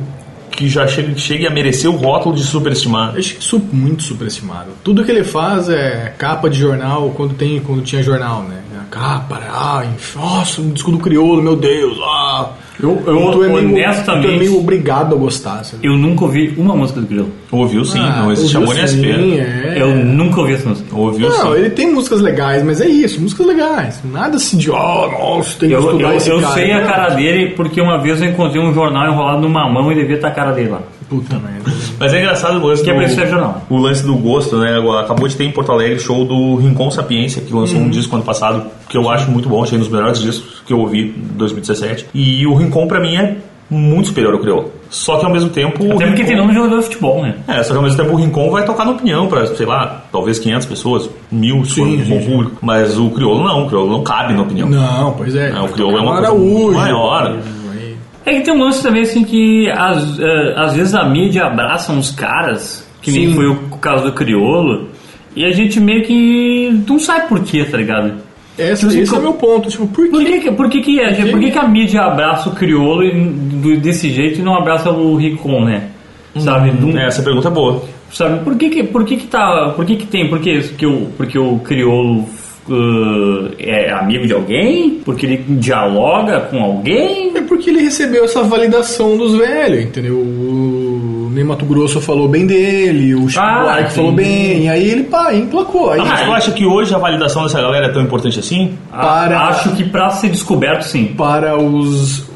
[SPEAKER 3] que já chegue, chegue a merecer o rótulo de superestimado.
[SPEAKER 2] Eu acho isso muito superestimado. Tudo que ele faz é capa de jornal quando tem quando tinha jornal, né? A Capa, ah, enf- nossa, um disco do crioulo, meu Deus, ah. Eu,
[SPEAKER 1] Ho-
[SPEAKER 2] tô meio-
[SPEAKER 1] honestamente-
[SPEAKER 2] eu tô meio obrigado a gostar, sabe?
[SPEAKER 1] Eu nunca ouvi uma música do Grilo.
[SPEAKER 3] Ouviu sim,
[SPEAKER 2] Ah,
[SPEAKER 3] não existe
[SPEAKER 2] ouviu
[SPEAKER 3] amor nem
[SPEAKER 2] sim,
[SPEAKER 3] espera.
[SPEAKER 2] é.
[SPEAKER 1] Eu nunca ouvi essa música.
[SPEAKER 3] Ouviu
[SPEAKER 2] Não,
[SPEAKER 3] sim.
[SPEAKER 2] ele tem músicas legais, mas é isso, músicas legais. Nada assim de, ó, nossa, tem que
[SPEAKER 1] Eu, eu,
[SPEAKER 2] estudar esse
[SPEAKER 1] eu
[SPEAKER 2] cara.
[SPEAKER 1] sei a
[SPEAKER 2] Não.
[SPEAKER 1] cara dele porque uma vez eu encontrei um jornal enrolado numa mão e devia estar a cara dele lá.
[SPEAKER 2] Puta merda.
[SPEAKER 3] Mas é engraçado o lance
[SPEAKER 1] Que é
[SPEAKER 3] do,
[SPEAKER 1] pra isso é
[SPEAKER 2] Uhum.
[SPEAKER 1] jornal.
[SPEAKER 3] o lance do gosto, né? Agora, Acabou de ter em Porto Alegre show do Rincon Sapiência, que lançou
[SPEAKER 1] Uhum.
[SPEAKER 3] um disco ano passado, que eu acho muito bom, achei um dos melhores discos que eu ouvi em 2017. E o Rincon, pra mim, é muito superior ao Crioulo. Só que ao mesmo tempo. o
[SPEAKER 1] Até porque
[SPEAKER 3] Rincon-
[SPEAKER 1] tem nome de jogador de futebol, né?
[SPEAKER 3] É, só que ao mesmo tempo o Rincon vai tocar no opinião pra, sei lá, talvez 500 pessoas, mil, se for um bom público. Mas o Crioulo não, o Crioulo não cabe na opinião.
[SPEAKER 2] Não, pois é.
[SPEAKER 3] É, o crioulo é uma coisa
[SPEAKER 2] Araújo,
[SPEAKER 3] maior.
[SPEAKER 1] É que tem um lance também, assim, que às, eh, às vezes a mídia abraça uns caras, que nem
[SPEAKER 2] Sim.
[SPEAKER 1] foi o caso do Criolo, E a gente meio que não sabe por quê, tá ligado?
[SPEAKER 2] Esse,
[SPEAKER 1] assim,
[SPEAKER 2] esse é o meu ponto. Tipo, por
[SPEAKER 1] Por
[SPEAKER 2] quê?
[SPEAKER 1] que, que- por que, que, é?
[SPEAKER 2] Por que-
[SPEAKER 1] Por que, que a mídia abraça o crioulo e- do- desse jeito e não abraça o Ricon, né?
[SPEAKER 2] Uhum.
[SPEAKER 1] Sabe? Dum-
[SPEAKER 3] Essa pergunta é boa.
[SPEAKER 1] Sabe, por que que, por que que tá, por que que tem, por que, isso? que o, porque o crioulo uh, é amigo de alguém? Porque ele dialoga com alguém?
[SPEAKER 2] É porque ele recebeu essa validação dos velhos, entendeu? O Ney Mato Grosso falou bem dele, o Chico
[SPEAKER 1] Ah,
[SPEAKER 2] Buarque falou
[SPEAKER 1] sim.
[SPEAKER 2] bem, aí ele, pá, emplacou. Aí,
[SPEAKER 1] Ah,
[SPEAKER 3] Mas tu acha que hoje a validação dessa galera é tão importante assim?
[SPEAKER 1] A-
[SPEAKER 2] Para-
[SPEAKER 1] Acho que pra ser descoberto, sim.
[SPEAKER 2] para os,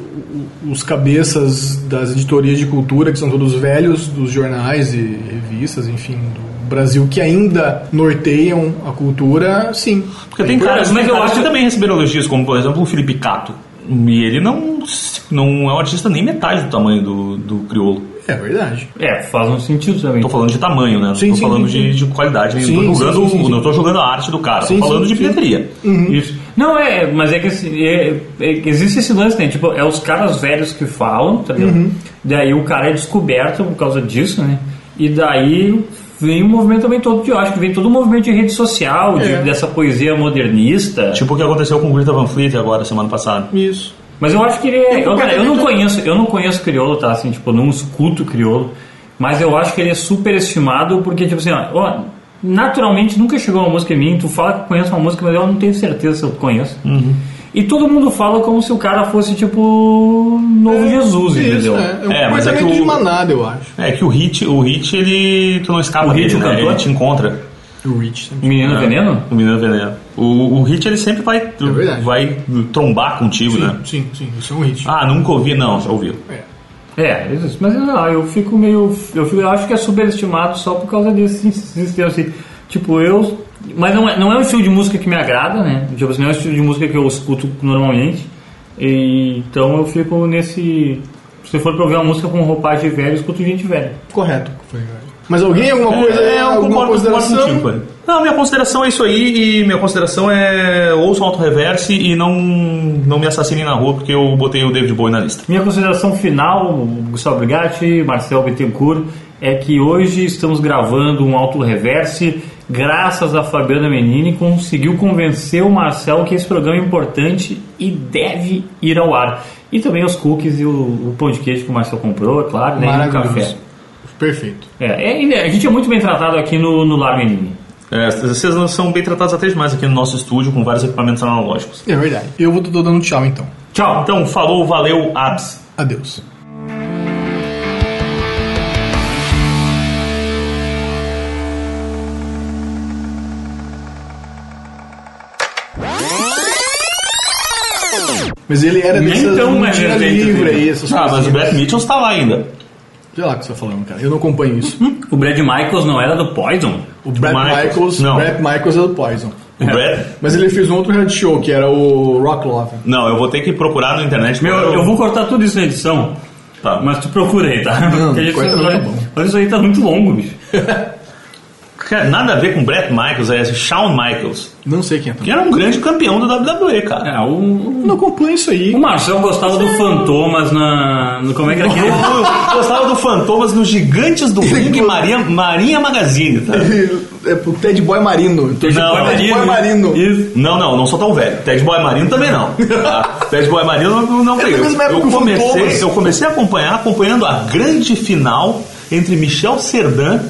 [SPEAKER 2] os cabeças das editorias de cultura, que são todos velhos, dos jornais e revistas, enfim, do Brasil, que ainda norteiam a cultura, sim. É
[SPEAKER 3] Porque tem
[SPEAKER 1] Por-
[SPEAKER 3] caras,
[SPEAKER 1] mas
[SPEAKER 3] tem
[SPEAKER 1] eu
[SPEAKER 3] caras
[SPEAKER 1] acho-
[SPEAKER 3] que também receberam elogios, como por exemplo o Felipe Cato. E ele não, não é um artista nem metade do tamanho do, do crioulo.
[SPEAKER 2] É verdade.
[SPEAKER 1] É, faz um sentido também.
[SPEAKER 3] Tô falando de tamanho, né? Não
[SPEAKER 2] Sim,
[SPEAKER 3] tô
[SPEAKER 2] sim,
[SPEAKER 3] falando
[SPEAKER 2] sim,
[SPEAKER 3] de, de qualidade.
[SPEAKER 2] Sim,
[SPEAKER 3] não,
[SPEAKER 2] sim,
[SPEAKER 3] tô jogando,
[SPEAKER 2] sim, sim, sim.
[SPEAKER 3] não tô jogando a arte do cara.
[SPEAKER 2] Sim,
[SPEAKER 3] tô falando
[SPEAKER 2] sim, Uhum.
[SPEAKER 3] de
[SPEAKER 2] sim.
[SPEAKER 3] bilheteria.
[SPEAKER 1] Isso. Não, é, mas é que assim, é- é que existe esse lance, né? Tipo, é os caras velhos que falam, tá ligado?
[SPEAKER 2] Uhum.
[SPEAKER 1] Daí o cara é descoberto por causa disso, né? E daí vem o movimento também todo de, eu acho que vem todo o movimento de rede social, de-
[SPEAKER 2] É.
[SPEAKER 1] dessa poesia modernista.
[SPEAKER 3] Tipo o que aconteceu com o Greta Van Fleet agora, semana passada.
[SPEAKER 2] Isso.
[SPEAKER 1] Mas eu acho que ele é.
[SPEAKER 2] É
[SPEAKER 1] Eu, cara, eu não
[SPEAKER 2] completamente-
[SPEAKER 1] conheço, eu não conheço crioulo, tá? Assim, tipo, eu não escuto crioulo. Mas eu acho que ele é superestimado porque, tipo assim, ó, ó, naturalmente nunca chegou uma música em mim. Tu fala que conhece uma música, mas eu não tenho certeza se eu conheço. E todo mundo fala como se o cara fosse, tipo, novo Jesus,
[SPEAKER 2] Isso,
[SPEAKER 1] entendeu?
[SPEAKER 2] é. É um
[SPEAKER 3] É, mas é que
[SPEAKER 2] comportamento de
[SPEAKER 3] o-
[SPEAKER 2] manada, eu acho.
[SPEAKER 3] É que o hit, o hit ele tu não escapa
[SPEAKER 1] O
[SPEAKER 3] dele,
[SPEAKER 1] hit, o
[SPEAKER 3] né?
[SPEAKER 1] cantor?
[SPEAKER 3] Ele te encontra.
[SPEAKER 2] O Rich. né?
[SPEAKER 1] Menino
[SPEAKER 3] É.
[SPEAKER 1] Veneno?
[SPEAKER 3] O menino veneno. O, o hit ele sempre vai,
[SPEAKER 2] É verdade.
[SPEAKER 3] vai trombar contigo, né?
[SPEAKER 2] Sim, sim, sim, isso é um Rich.
[SPEAKER 3] Ah, nunca ouvi, não, já ouvi.
[SPEAKER 2] É.
[SPEAKER 1] É, isso, mas não, eu fico meio. Eu, fico- eu acho que é superestimado só por causa desse sistema assim. Tipo, eu. Mas não é, não é um estilo de música que me agrada, né? Tipo assim, não é um estilo de música que eu escuto normalmente. E, então eu fico nesse. Se for pra ouvir uma música com roupagem velha, eu escuto gente velha.
[SPEAKER 2] Correto. Foi. Mas alguém, alguma coisa,
[SPEAKER 3] É, eu
[SPEAKER 2] alguma
[SPEAKER 3] concordo, tipo, concordo
[SPEAKER 2] consideração?
[SPEAKER 3] contigo, cara. Não, minha consideração é isso aí e minha consideração é ouçam auto-reverse e não, não me assassinem na rua porque eu botei o David Bowie na lista.
[SPEAKER 1] Minha consideração final, Gustavo Brigatti, Marcel Bittencourt, é que hoje estamos gravando um auto-reverse graças a Fabiana Menini conseguiu convencer o Marcel que esse programa é importante e deve ir ao ar. E também os cookies e o, o pão de queijo que o Marcel comprou, é claro, né, e o café.
[SPEAKER 2] Maravilhoso. Perfeito.
[SPEAKER 1] É, é, a gente é muito bem tratado aqui no, no Lar Menini.
[SPEAKER 3] É, vocês são bem tratados até demais aqui no nosso estúdio com vários equipamentos analógicos.
[SPEAKER 2] É verdade. Eu vou tô dando tchau então.
[SPEAKER 1] Tchau!
[SPEAKER 3] Então, falou, valeu, abs.
[SPEAKER 2] Adeus. Mas ele era
[SPEAKER 1] Nem
[SPEAKER 2] dessas
[SPEAKER 1] tão mais
[SPEAKER 2] mentira
[SPEAKER 1] respeito,
[SPEAKER 2] livre aí,
[SPEAKER 1] filho.
[SPEAKER 2] essas
[SPEAKER 3] Ah, mas o
[SPEAKER 2] coisinhas.
[SPEAKER 3] Brett Mitchell está lá ainda.
[SPEAKER 2] Sei lá o que você tá falando, cara. Eu não acompanho isso.
[SPEAKER 1] Hum? O Brad Michaels não era do Poison?
[SPEAKER 2] O Brad
[SPEAKER 3] Michaels,
[SPEAKER 2] Michaels,
[SPEAKER 3] não.
[SPEAKER 2] Brad Michaels é do Poison.
[SPEAKER 3] O Brett?
[SPEAKER 2] Mas ele fez um outro reality show, que era o Rock Love.
[SPEAKER 3] Não, eu vou ter que procurar na internet.
[SPEAKER 1] Meu, eu vou cortar tudo isso na edição,
[SPEAKER 3] Tá.
[SPEAKER 1] mas tu procura aí, tá? Porque a gente-
[SPEAKER 2] corta não, tá
[SPEAKER 1] olha-
[SPEAKER 2] bom.
[SPEAKER 1] olha, isso aí tá muito longo, bicho.
[SPEAKER 3] Cara, nada a ver com Brett Michaels, é esse Shawn Michaels,
[SPEAKER 2] Não sei quem é.
[SPEAKER 3] que era um grande campeão do WWE, cara.
[SPEAKER 1] É, o,
[SPEAKER 2] Eu não acompanho isso aí.
[SPEAKER 1] o Marcel gostava do Fantomas na. No, como é que era aquele?
[SPEAKER 3] Eu gostava do Fantomas no Gigantes do Ring Maria, Marinha Magazine, tá?
[SPEAKER 2] É pro Ted Boy Marino. Então,
[SPEAKER 3] Não, é
[SPEAKER 2] Ted
[SPEAKER 3] Marino,
[SPEAKER 2] Boy Marino.
[SPEAKER 1] Isso.
[SPEAKER 3] Não, não, não sou tão velho. Ted Boy Marino também não. Tá? Ted Boy Marino não, não
[SPEAKER 2] É da
[SPEAKER 3] veio.
[SPEAKER 2] mesma época que
[SPEAKER 3] Eu
[SPEAKER 2] o
[SPEAKER 3] comecei,
[SPEAKER 2] Fantomas.
[SPEAKER 3] eu comecei a acompanhar acompanhando a grande final entre Michel Serdan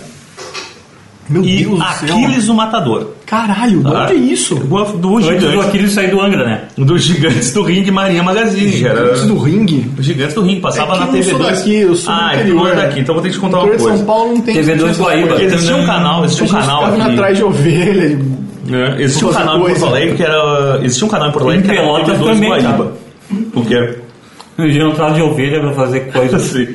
[SPEAKER 2] Meu
[SPEAKER 3] e
[SPEAKER 2] Deus do céu.
[SPEAKER 3] Aquiles o Matador.
[SPEAKER 2] Caralho,
[SPEAKER 3] tá?
[SPEAKER 2] o que é isso?
[SPEAKER 3] Do, do
[SPEAKER 1] Antes do
[SPEAKER 3] gigante.
[SPEAKER 1] Aquiles sair do Angra, né?
[SPEAKER 3] Dos gigantes do ringue Marinha Magazine, cara.
[SPEAKER 2] Isso do ringue?
[SPEAKER 3] Os gigantes do ringue, passava
[SPEAKER 2] É que
[SPEAKER 3] na
[SPEAKER 2] eu
[SPEAKER 3] TV.
[SPEAKER 2] não sou daqui, eu sou do
[SPEAKER 3] ah, é que
[SPEAKER 2] interior.
[SPEAKER 3] não é daqui, então vou ter que te contar uma
[SPEAKER 2] interior de
[SPEAKER 3] coisa.
[SPEAKER 2] São Paulo não tem...
[SPEAKER 1] TV2
[SPEAKER 2] essas
[SPEAKER 1] Guaíba.
[SPEAKER 2] coisas.
[SPEAKER 3] Existia um canal,
[SPEAKER 2] A
[SPEAKER 3] existia um
[SPEAKER 2] gente
[SPEAKER 3] canal
[SPEAKER 2] ficava
[SPEAKER 3] aqui.
[SPEAKER 2] atrás de ovelha.
[SPEAKER 3] né? Existia um
[SPEAKER 2] Outra
[SPEAKER 3] canal em Porto
[SPEAKER 2] coisa.
[SPEAKER 3] Alegre que era. Existia um canal em Porto Alegre que era
[SPEAKER 1] Pelotas
[SPEAKER 3] TV dois
[SPEAKER 1] também,
[SPEAKER 3] Guaíba. O quê?
[SPEAKER 1] Ele não tava Um de ovelha pra fazer coisas.
[SPEAKER 3] Assim.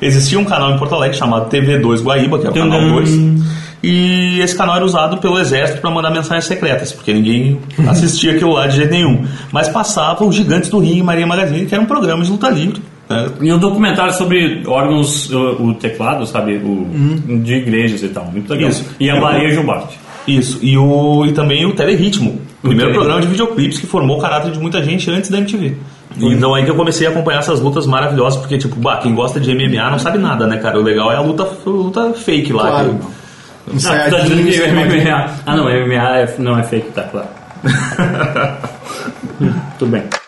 [SPEAKER 3] Existia um canal em Porto Alegre chamado TV2 Guaíba, que era o
[SPEAKER 1] Tadam.
[SPEAKER 3] canal 2. E esse canal era usado pelo exército para mandar mensagens secretas, porque ninguém assistia aquilo lá de jeito nenhum. Mas passava os Gigantes do Ringue Maria Magazine, que era um programa de luta livre. né?
[SPEAKER 1] E um documentário sobre órgãos, o, o teclado, sabe? O, De igrejas e tal. Muito legal.
[SPEAKER 3] Isso.
[SPEAKER 1] E a Maria Gilbarte.
[SPEAKER 3] Isso, e, o, e também o Telerritmo, o primeiro
[SPEAKER 1] Telerritmo.
[SPEAKER 3] programa de videoclipes que formou o caráter de muita gente antes da MTV. Então aí que eu comecei a acompanhar essas lutas maravilhosas, porque, tipo, bah, quem gosta de MMA não sabe nada, né, cara? O legal é a luta, luta fake lá.
[SPEAKER 2] Claro.
[SPEAKER 1] Ah,
[SPEAKER 3] que-
[SPEAKER 1] tu tá dizendo
[SPEAKER 2] ensaiadinho.
[SPEAKER 1] que é
[SPEAKER 2] esquemadinho.
[SPEAKER 1] MMA. Ah, não, MMA é- não é fake, tá claro. Hum, Tudo bem.